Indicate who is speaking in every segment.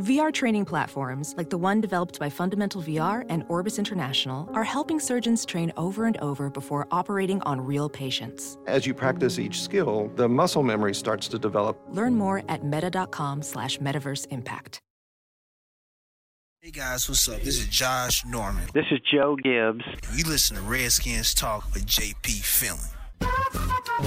Speaker 1: VR training platforms, like the one developed by Fundamental VR and Orbis International, are helping surgeons train over and over before operating on real patients.
Speaker 2: As you practice each skill, the muscle memory starts to develop.
Speaker 1: Learn more at meta.com slash metaverse impact.
Speaker 3: Hey guys, what's up? This is Josh Norman.
Speaker 4: This is Joe Gibbs.
Speaker 3: And you listen to Redskins Talk with JP Finley.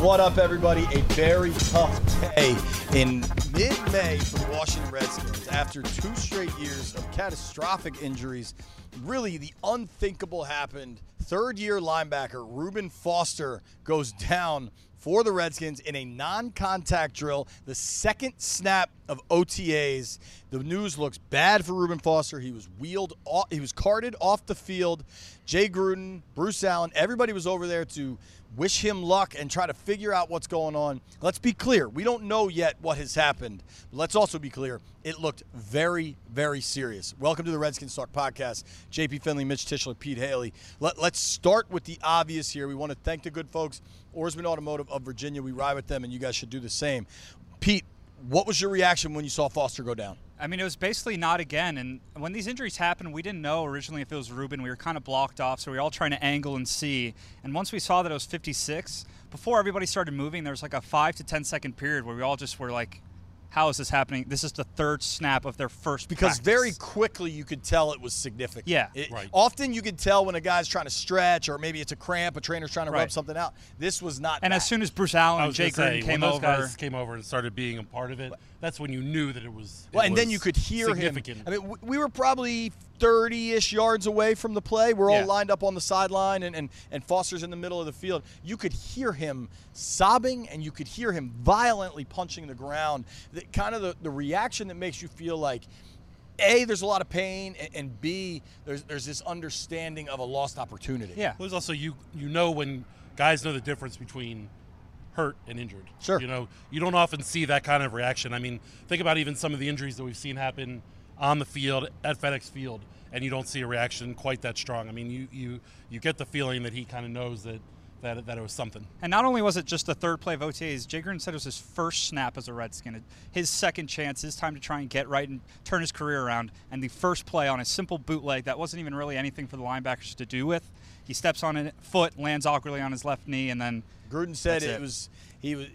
Speaker 5: What up, everybody? A very tough day in mid May for the Washington Redskins after two straight years of catastrophic injuries. Really, the unthinkable happened. Third year linebacker Reuben Foster goes down for the Redskins in a non contact drill, the second snap of OTAs. The news looks bad for Reuben Foster. He was wheeled off, he was carted off the field. Jay Gruden, Bruce Allen, everybody was over there to wish him luck and try to figure out what's going on. Let's be clear, we don't know yet what has happened. But let's also be clear, it looked very, very serious. Welcome to the Redskins Talk podcast. JP Finley, Mitch Tischler, Pete Haley. Let, us start with the obvious here. We want to thank the good folks, Oarsman Automotive of Virginia. We ride with them, and you guys should do the same. Pete, what was your reaction when you saw Foster go down?
Speaker 6: I mean, it was basically not again. And when these injuries happened, we didn't know originally if it was Ruben. We were kind of blocked off, so we were all trying to angle and see. And once we saw that it was 56, before everybody started moving, there was like a five to ten second period where we all just were like, how is this happening? This is the third snap of their first
Speaker 5: Because
Speaker 6: practice.
Speaker 5: very quickly you could tell it was significant.
Speaker 6: Yeah.
Speaker 5: It-
Speaker 6: Right.
Speaker 5: Often you could tell when a guy's trying to stretch or maybe it's a cramp, a trainer's trying to rub
Speaker 6: Right.
Speaker 5: something out. This was not.
Speaker 6: And
Speaker 5: that.
Speaker 6: as soon as Bruce Allen
Speaker 7: I
Speaker 6: and
Speaker 7: was
Speaker 6: Jay
Speaker 7: gonna say,
Speaker 6: Gruden came
Speaker 7: when those
Speaker 6: over,
Speaker 7: guys came over and started being a part of it, that's when you knew that it was. it
Speaker 5: Well, and then
Speaker 7: was
Speaker 5: you could hear him.
Speaker 7: significant.
Speaker 5: I mean, w- we were probably 30-ish yards away from the play. We're
Speaker 6: Yeah.
Speaker 5: all lined up on the sideline, and, and, and Foster's in the middle of the field. You could hear him sobbing, and you could hear him violently punching the ground. That kind of the, the reaction that makes you feel like, A, there's a lot of pain, and, and B, there's, there's this understanding of a lost opportunity.
Speaker 6: yeah.
Speaker 7: Well, there's also you you know when guys know the difference between hurt and injured.
Speaker 5: Sure.
Speaker 7: You know, you don't often see that kind of reaction. I mean, think about even some of the injuries that we've seen happen on the field at FedEx Field, and you don't see a reaction quite that strong. I mean, you you you get the feeling that he kind of knows that that that it was something.
Speaker 6: And not only was it just the third play of OTAs, Jay Gruden said it was his first snap as a Redskin, his second chance, his time to try and get right and turn his career around. And the first play on a simple bootleg that wasn't even really anything for the linebackers to do with. He steps on a foot, lands awkwardly on his left knee, and then
Speaker 5: Gruden said
Speaker 6: That's
Speaker 5: it,
Speaker 6: it.
Speaker 5: was he was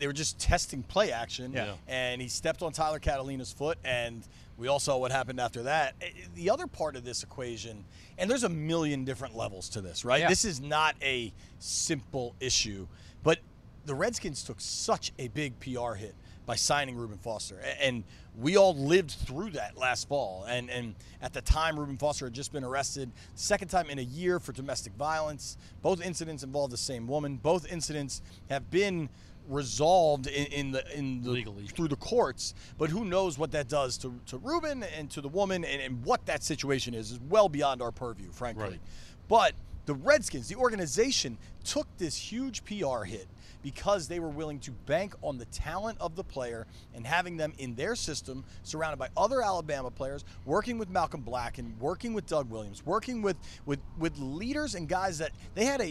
Speaker 5: they were just testing play action,
Speaker 6: Yeah.
Speaker 5: and he stepped on Tyler Catalina's foot, and we all saw what happened after that. Eh, The other part of this equation, and there's a million different levels to this, right?
Speaker 6: Yeah.
Speaker 5: This is not a simple issue, but the Redskins took such a big PR hit by signing Reuben Foster, a- and we all lived through that last fall. And and at the time, Reuben Foster had just been arrested, second time in a year for domestic violence. Both incidents involved the same woman. Both incidents have been resolved in, in the in the
Speaker 7: Legally.
Speaker 5: through the courts. But who knows what that does to to Reuben and to the woman, and, and what that situation is is well beyond our purview, frankly.
Speaker 7: Right.
Speaker 5: But the Redskins, the organization, took this huge PR hit because they were willing to bank on the talent of the player and having them in their system, surrounded by other Alabama players, working with Malcolm Black and working with Doug Williams, working with with, with leaders and guys that they had a,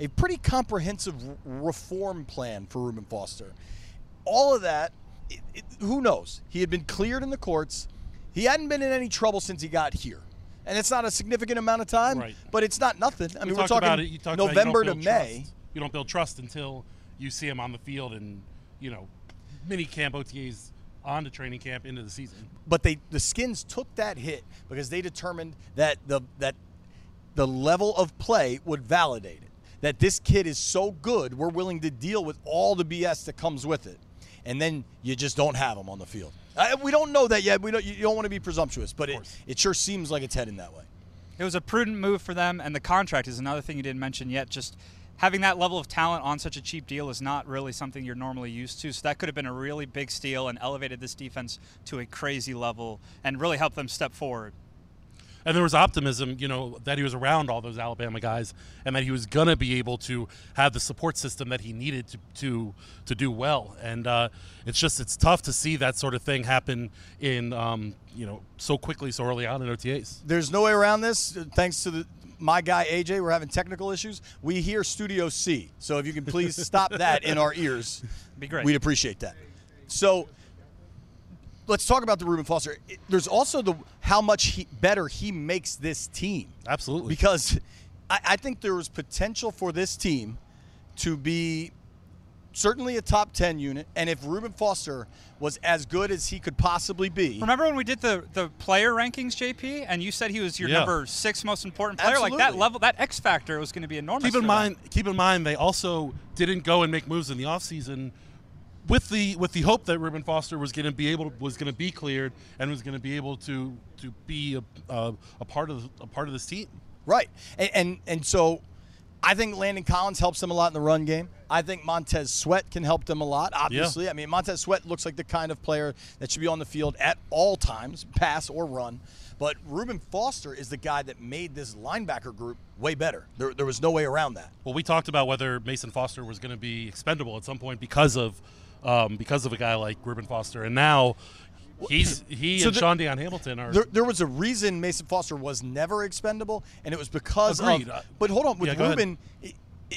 Speaker 5: a, a pretty comprehensive r- reform plan for Reuben Foster. All of that, it, it, who knows? He had been cleared in the courts. He hadn't been in any trouble since he got here. And it's not a significant amount of time,
Speaker 7: Right.
Speaker 5: but it's not nothing. I mean,
Speaker 7: We
Speaker 5: we're
Speaker 7: talked
Speaker 5: talking
Speaker 7: about it. You talked about you don't
Speaker 5: November to
Speaker 7: build
Speaker 5: May.
Speaker 7: trust. You don't build trust until you see him on the field and you know mini camp OTAs on to training camp into the season.
Speaker 5: but they the skins took that hit because they determined that the that the level of play would validate it that this kid is so good we're willing to deal with all the bs that comes with it and then you just don't have him on the field I, we don't know that yet we don't you don't want to be presumptuous but it,
Speaker 7: course.
Speaker 5: it sure seems like it's heading that way
Speaker 6: It was a prudent move for them, and the contract is another thing you didn't mention yet. Just having that level of talent on such a cheap deal is not really something you're normally used to. So that could have been a really big steal and elevated this defense to a crazy level and really helped them step forward.
Speaker 7: and there was optimism, you know, that he was around all those Alabama guys, and that he was gonna be able to have the support system that he needed to to, to do well. And uh, it's just it's tough to see that sort of thing happen in um, you know so quickly, so early on in OTAs.
Speaker 5: There's no way around this. Thanks to the, my guy AJ, we're having technical issues. We hear Studio C, so if you can please stop that in our ears,
Speaker 6: Be great.
Speaker 5: We'd appreciate that. So let's talk about the Reuben Foster. It- There's also the how much he, better he makes this team.
Speaker 7: Absolutely.
Speaker 5: because I, I think there was potential for this team to be certainly a top 10 unit and if Reuben Foster was as good as he could possibly be
Speaker 6: Remember when we did the, the player rankings, JP, and you said he was your
Speaker 7: Yeah.
Speaker 6: number six most important player? Like that
Speaker 5: Absolutely.
Speaker 6: level, that X factor was going to be enormous.
Speaker 7: keep in
Speaker 6: for them.
Speaker 7: mind keep in mind they also didn't go and make moves in the offseason with the with the hope that Ruben Foster was going to be able was going to be cleared and was going to be able to to be a, a, a part of a part of this team.
Speaker 5: Right. And, and and so I think Landon Collins helps them a lot in the run game. I think Montez Sweat can help them a lot, obviously. I mean, Montez Sweat looks like the kind of player that should be on the field at all times, pass or run. But Reuben Foster is the guy that made this linebacker group way better. There, there was no way around that.
Speaker 7: Well, we talked about whether Mason Foster was going to be expendable at some point because of um, because of a guy like Ruben Foster, and now he's he
Speaker 5: So
Speaker 7: and
Speaker 5: the-
Speaker 7: Sean Deion Hamilton are.
Speaker 5: There, there was a reason Mason Foster was never expendable, and it was because
Speaker 7: Agreed. Uh,
Speaker 5: of. But hold on, with
Speaker 7: yeah, go ahead.
Speaker 5: Ruben, it, it-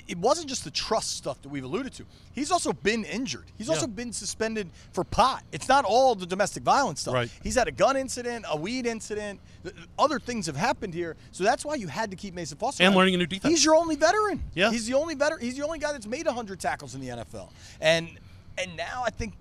Speaker 5: it wasn't just the trust stuff that we've alluded to. He's also been injured. He's also been suspended for pot. It's not all the domestic violence stuff.
Speaker 7: Right.
Speaker 5: He's had a gun incident, a weed incident. th- th- Other things have happened here, so that's why you had to keep Mason Foster.
Speaker 7: And
Speaker 5: around.
Speaker 7: learning a new defense.
Speaker 5: He's your only veteran.
Speaker 7: Yeah.
Speaker 5: He's the only veteran. He's the only guy that's made 100 tackles in the NFL. And and now I think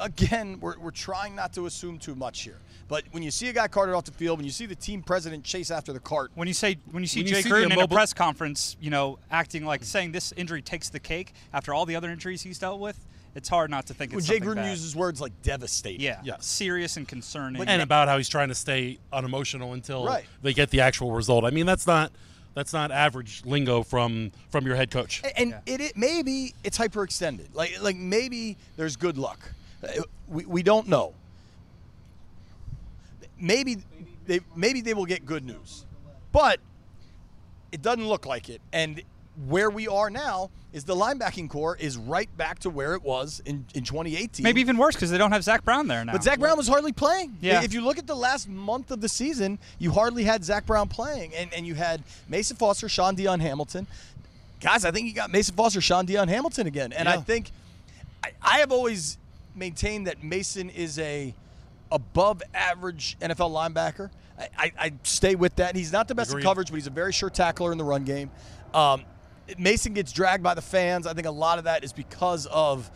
Speaker 5: again we're, we're trying not to assume too much here. But when you see a guy carted off the field, when you see the team president chase after the cart,
Speaker 6: When you say when you see
Speaker 7: When you
Speaker 6: Jay
Speaker 7: see the
Speaker 6: Gruden in a
Speaker 7: immobile-
Speaker 6: press conference, you know, acting like saying this injury takes the cake after all the other injuries he's dealt with, it's hard not to think
Speaker 5: when
Speaker 6: it's
Speaker 5: Jay
Speaker 6: something
Speaker 5: Gruden
Speaker 6: bad.
Speaker 5: uses words like devastating.
Speaker 6: yeah,
Speaker 7: Yes.
Speaker 6: serious and concerning.
Speaker 7: and about how he's trying to stay unemotional until
Speaker 5: Right.
Speaker 7: they get the actual result. I mean, that's not that's not average lingo from from your head coach.
Speaker 5: A- And it, it maybe it's hyperextended. Like like maybe there's good luck. Uh, We, we don't know. Maybe they maybe they will get good news, but it doesn't look like it. And where we are now is the linebacking core is right back to where it was in, in 2018.
Speaker 6: maybe even worse because they don't have Zach Brown there now.
Speaker 5: But Zach Brown was hardly playing.
Speaker 6: Yeah.
Speaker 5: If you look at the last month of the season, you hardly had Zach Brown playing. And, and you had Mason Foster, Sean Dion Hamilton. Guys, I think you got Mason Foster, Sean Dion Hamilton again. And I
Speaker 7: Yeah.
Speaker 5: think I, I have always maintained that Mason is a above average NFL linebacker. I, I, I stay with that. He's not the best in
Speaker 7: Agreed.
Speaker 5: coverage, but he's a very sure tackler in the run game. Um, Mason gets dragged by the fans. I think a lot of that is because of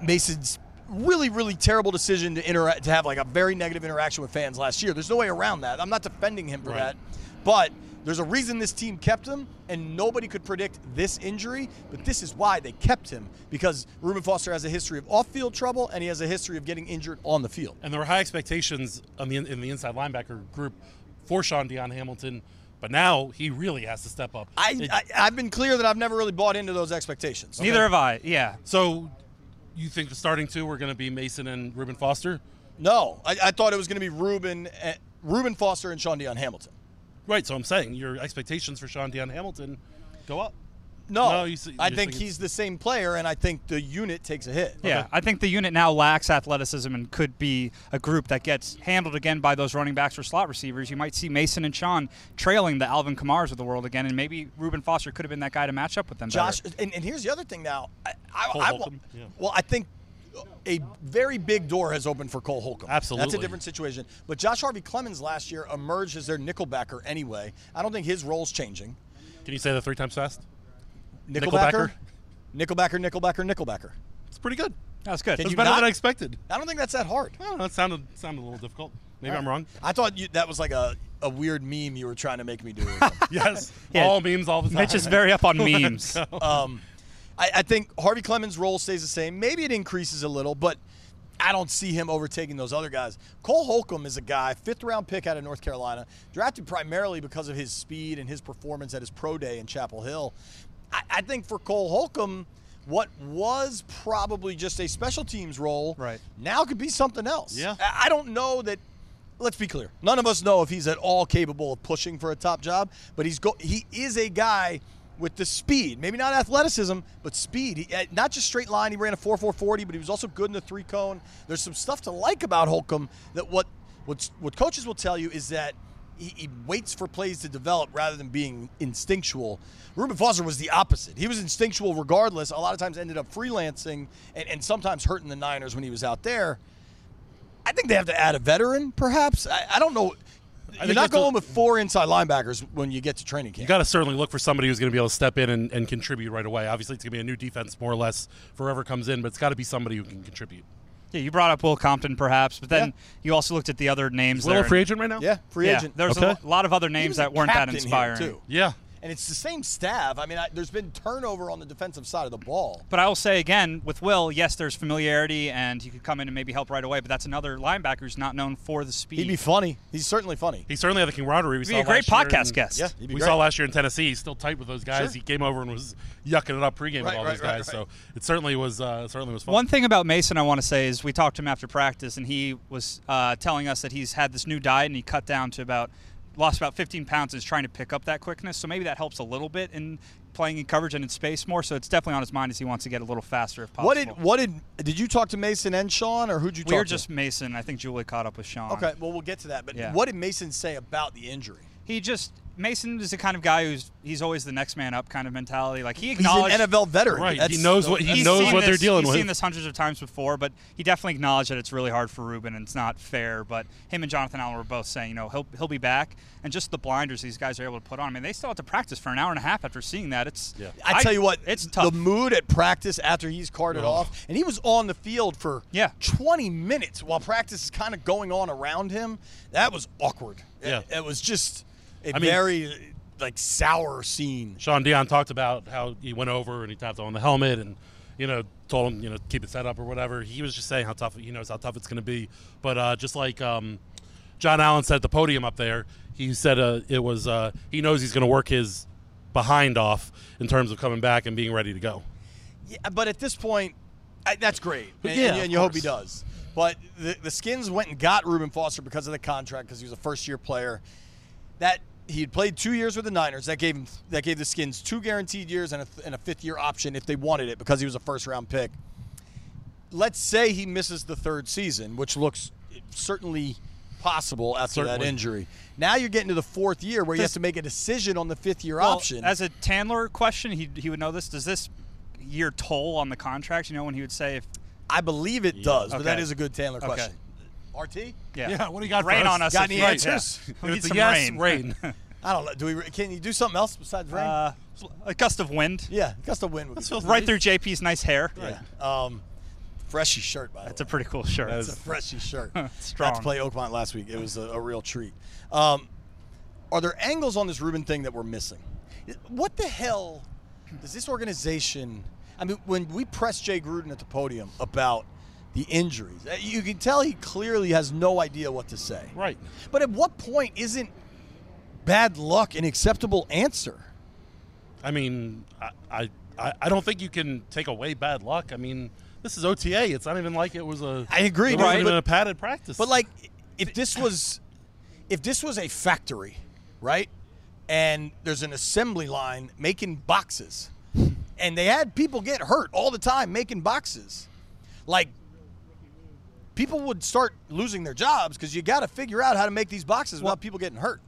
Speaker 5: Mason's really, really terrible decision to interact to have like a very negative interaction with fans last year. There's no way around that. I'm not defending him for
Speaker 7: Right.
Speaker 5: that, but there's a reason this team kept him, and nobody could predict this injury. But this is why they kept him because Reuben Foster has a history of off-field trouble, and he has a history of getting injured on the field.
Speaker 7: And there were high expectations on the in the inside linebacker group for Sean Deion Hamilton, but now he really has to step up.
Speaker 5: I,
Speaker 7: It-
Speaker 5: I I've been clear that I've never really bought into those expectations.
Speaker 6: Neither have I. Yeah.
Speaker 7: so you think the starting two were going to be Mason and Ruben Foster?
Speaker 5: No, I, I thought it was going to be Reuben, eh, Reuben Foster, and Sean Dion Hamilton.
Speaker 7: Right. So I'm saying your expectations for Sean Deion Hamilton go up.
Speaker 5: No,
Speaker 7: No, you s-
Speaker 5: I
Speaker 7: you're
Speaker 5: think
Speaker 7: thinking-
Speaker 5: he's the same player, and I think the unit takes a hit.
Speaker 6: Yeah, I think the unit now lacks athleticism and could be a group that gets handled again by those running backs or slot receivers. You might see Mason and Sean trailing the Alvin Kamars of the world again, and maybe Reuben Foster could have been that guy to match up with them. better.
Speaker 5: Josh, and, and here's the other thing now. I, I,
Speaker 7: Cole
Speaker 5: I,
Speaker 7: Holcomb, yeah.
Speaker 5: Well, I think a very big door has opened for Cole Holcomb. That's a
Speaker 7: Absolutely.
Speaker 5: different situation. But Josh Harvey Clemens last year emerged as their nickelbacker anyway. I don't think his role's changing.
Speaker 7: Can you say that three times fast?
Speaker 5: Nickelbacker,
Speaker 7: Nickelbacker?
Speaker 5: nickelbacker, nickelbacker, nickelbacker.
Speaker 7: It's pretty good.
Speaker 6: That's good.
Speaker 5: Can
Speaker 7: It was
Speaker 5: you
Speaker 7: better
Speaker 5: not-
Speaker 7: than I expected.
Speaker 5: I don't think that's that hard.
Speaker 7: I don't know. It sounded sounded a little difficult.
Speaker 6: Uh,
Speaker 7: Maybe I'm wrong.
Speaker 5: I thought you, that was like a, a weird meme you were trying to make me do. Or something.
Speaker 7: Yes.
Speaker 6: Yeah.
Speaker 7: All memes all the time.
Speaker 6: Mitch is very up on memes.
Speaker 5: Um, I, I think Harvey Clemens' role stays the same. Maybe it increases a little, but I don't see him overtaking those other guys. Cole Holcomb is a guy, fifth round pick out of North Carolina, drafted primarily because of his speed and his performance at his pro day in Chapel Hill. I, I think for Cole Holcomb, what was probably just a special teams role,
Speaker 6: Right.
Speaker 5: now could be something else.
Speaker 4: Yeah.
Speaker 5: I I don't know that. Let's be clear. None of us know if he's at all capable of pushing for a top job, but he's go. He is a guy with the speed. Maybe not athleticism, but speed. He, uh, not just straight line. He ran a four four forty, but he was also good in the three cone. There's some stuff to like about Holcomb that what what's, what coaches will tell you is that. He, he waits for plays to develop rather than being instinctual. Ruben Foster was the opposite. He was instinctual regardless. A lot of times ended up freelancing and, and sometimes hurting the Niners when he was out there. I think they have to add a veteran, perhaps. I, I don't know. You're
Speaker 7: think
Speaker 5: not
Speaker 7: it's a-
Speaker 5: going with four inside linebackers when you get to training
Speaker 7: You
Speaker 5: camp.
Speaker 7: got to certainly look for somebody who's going to be able to step in and, and contribute right away. Obviously, it's going to be a new defense, more or less, for whoever comes in, but it's got to be somebody who can contribute.
Speaker 6: Yeah, you brought up Will Compton perhaps, but then you also looked at the other names
Speaker 7: Is Will
Speaker 6: there.
Speaker 7: a free agent right now?
Speaker 5: yeah, free
Speaker 6: yeah,
Speaker 5: agent.
Speaker 6: There's
Speaker 7: Okay.
Speaker 6: a lo- lot of other
Speaker 5: He
Speaker 6: names
Speaker 5: was a
Speaker 6: that weren't that
Speaker 5: captain here,
Speaker 6: inspiring.
Speaker 5: too.
Speaker 7: Yeah.
Speaker 5: And it's the same staff. I mean, I, there's been turnover on the defensive side of the ball.
Speaker 6: But I will say again, with Will, yes, there's familiarity and he could come in and maybe help right away, but that's another linebacker who's not known for the speed.
Speaker 5: He'd be funny. He's certainly funny.
Speaker 7: He certainly had the camaraderie. We
Speaker 6: He'd be
Speaker 7: saw
Speaker 6: a great
Speaker 7: last year
Speaker 6: podcast
Speaker 7: in-
Speaker 6: guest.
Speaker 5: Yeah, he'd be
Speaker 7: we
Speaker 5: great.
Speaker 7: saw last year in Tennessee. He's still tight with those guys.
Speaker 5: Sure.
Speaker 7: He came over and was yucking it up pregame
Speaker 5: Right,
Speaker 7: with all
Speaker 5: right,
Speaker 7: those
Speaker 5: right,
Speaker 7: guys.
Speaker 5: right.
Speaker 7: So it certainly was uh, certainly was fun.
Speaker 6: One thing about Mason I want to say is we talked to him after practice, and he was uh, telling us that he's had this new diet and he cut down to about lost about 15 pounds and is trying to pick up that quickness. So maybe that helps a little bit in playing in coverage and in space more. So it's definitely on his mind as he wants to get a little faster if possible.
Speaker 5: What did what did did you talk to Mason and Sean or who'd you talk
Speaker 6: we were
Speaker 5: to?
Speaker 6: just Mason. I think Julie caught up with Sean.
Speaker 5: okay. Well, we'll get to that. But
Speaker 6: Yeah.
Speaker 5: what did Mason say about the injury?
Speaker 6: He just Mason is the kind of guy who's he's always the next man up kind of mentality. Like he
Speaker 5: He's an
Speaker 6: acknowledged
Speaker 5: NFL veteran.
Speaker 7: Right, he
Speaker 5: That's-
Speaker 7: knows what he
Speaker 6: he's
Speaker 7: knows
Speaker 6: seen
Speaker 7: what they're
Speaker 6: this-
Speaker 7: dealing
Speaker 6: he's
Speaker 7: with.
Speaker 6: seen this hundreds of times before, but he definitely acknowledged that it's really hard for Ruben and it's not fair. But him and Jonathan Allen were both saying, you know, he'll he'll be back, and just the blinders these guys are able to put on. I mean, they still have to practice for an hour and a half after seeing that. It's
Speaker 5: I tell you what,
Speaker 6: it's tough.
Speaker 5: The mood at practice after he's carted off, and he was on the field for
Speaker 6: Yeah.
Speaker 5: 20 minutes while practice is kind of going on around him. That was awkward.
Speaker 7: Yeah.
Speaker 5: it, it was just a
Speaker 7: I mean-
Speaker 5: very like sour scene.
Speaker 7: Sean Dion talked about how he went over and he tapped on the helmet and you know told him you know keep it set up or whatever. He was just saying how tough he knows how tough it's going to be. But uh, just like um, John Allen said at the podium up there, he said uh, it was uh, he knows he's going to work his behind off in terms of coming back and being ready to go.
Speaker 5: Yeah, but at this point, I, that's great. And,
Speaker 7: yeah,
Speaker 5: and,
Speaker 7: of
Speaker 5: and you hope he
Speaker 7: course.
Speaker 5: does. But the, the Skins went and got Reuben Foster because of the contract, because he was a first year player. That he had played two years with the Niners. That gave him that gave the Skins two guaranteed years and a, th- and a fifth year option if they wanted it because he was a first round pick. Let's say he misses the third season, which looks certainly possible after that
Speaker 7: Certainly.
Speaker 5: injury. Now you're getting to the fourth year where you have to make a decision on the fifth year
Speaker 6: Well,
Speaker 5: option.
Speaker 6: As a Tandler question, he he would know this. Does this year toll on the contract? You know, when he would say if
Speaker 5: I believe it does, but that
Speaker 6: Okay.
Speaker 5: is a good Taylor
Speaker 6: Okay.
Speaker 5: question. RT?
Speaker 6: yeah,
Speaker 7: Yeah, what do you got for
Speaker 6: Rain
Speaker 7: us?
Speaker 6: on us.
Speaker 5: Got
Speaker 6: if
Speaker 5: any
Speaker 6: you-
Speaker 5: answers?
Speaker 6: Yeah.
Speaker 7: If
Speaker 6: We need
Speaker 7: it's a
Speaker 6: some
Speaker 7: yes,
Speaker 6: rain.
Speaker 7: rain.
Speaker 5: I don't know. Do we? Can you do something else besides rain?
Speaker 6: Uh, a gust of wind.
Speaker 5: yeah, gust of wind would be
Speaker 7: feels
Speaker 6: Right through JP's nice hair.
Speaker 5: good. Yeah. Um, freshy shirt by
Speaker 6: It's
Speaker 5: the
Speaker 6: a
Speaker 5: way.
Speaker 6: pretty cool shirt.
Speaker 5: It's a freshy shirt. Got to
Speaker 6: strong.
Speaker 5: play Oakmont last week. It was a, a real treat. Um, are there angles on this Ruben thing that we're missing? What the hell does this organization? I mean, when we press Jay Gruden at the podium about the injuries, uh, you can tell he clearly has no idea what to say.
Speaker 7: Right.
Speaker 5: But at what point isn't bad luck an acceptable answer?
Speaker 7: I mean, I- I, I I don't think you can take away bad luck. I mean, this is OTA. It's not even like it was a.
Speaker 5: I agree,
Speaker 7: It wasn't
Speaker 5: right,
Speaker 7: even
Speaker 5: but-
Speaker 7: a padded practice.
Speaker 5: But like, if this was, if this was a factory, right, and there's an assembly line making boxes, and they had people get hurt all the time making boxes, like, people would start losing their jobs because you got to figure out how to make these boxes without people getting hurt.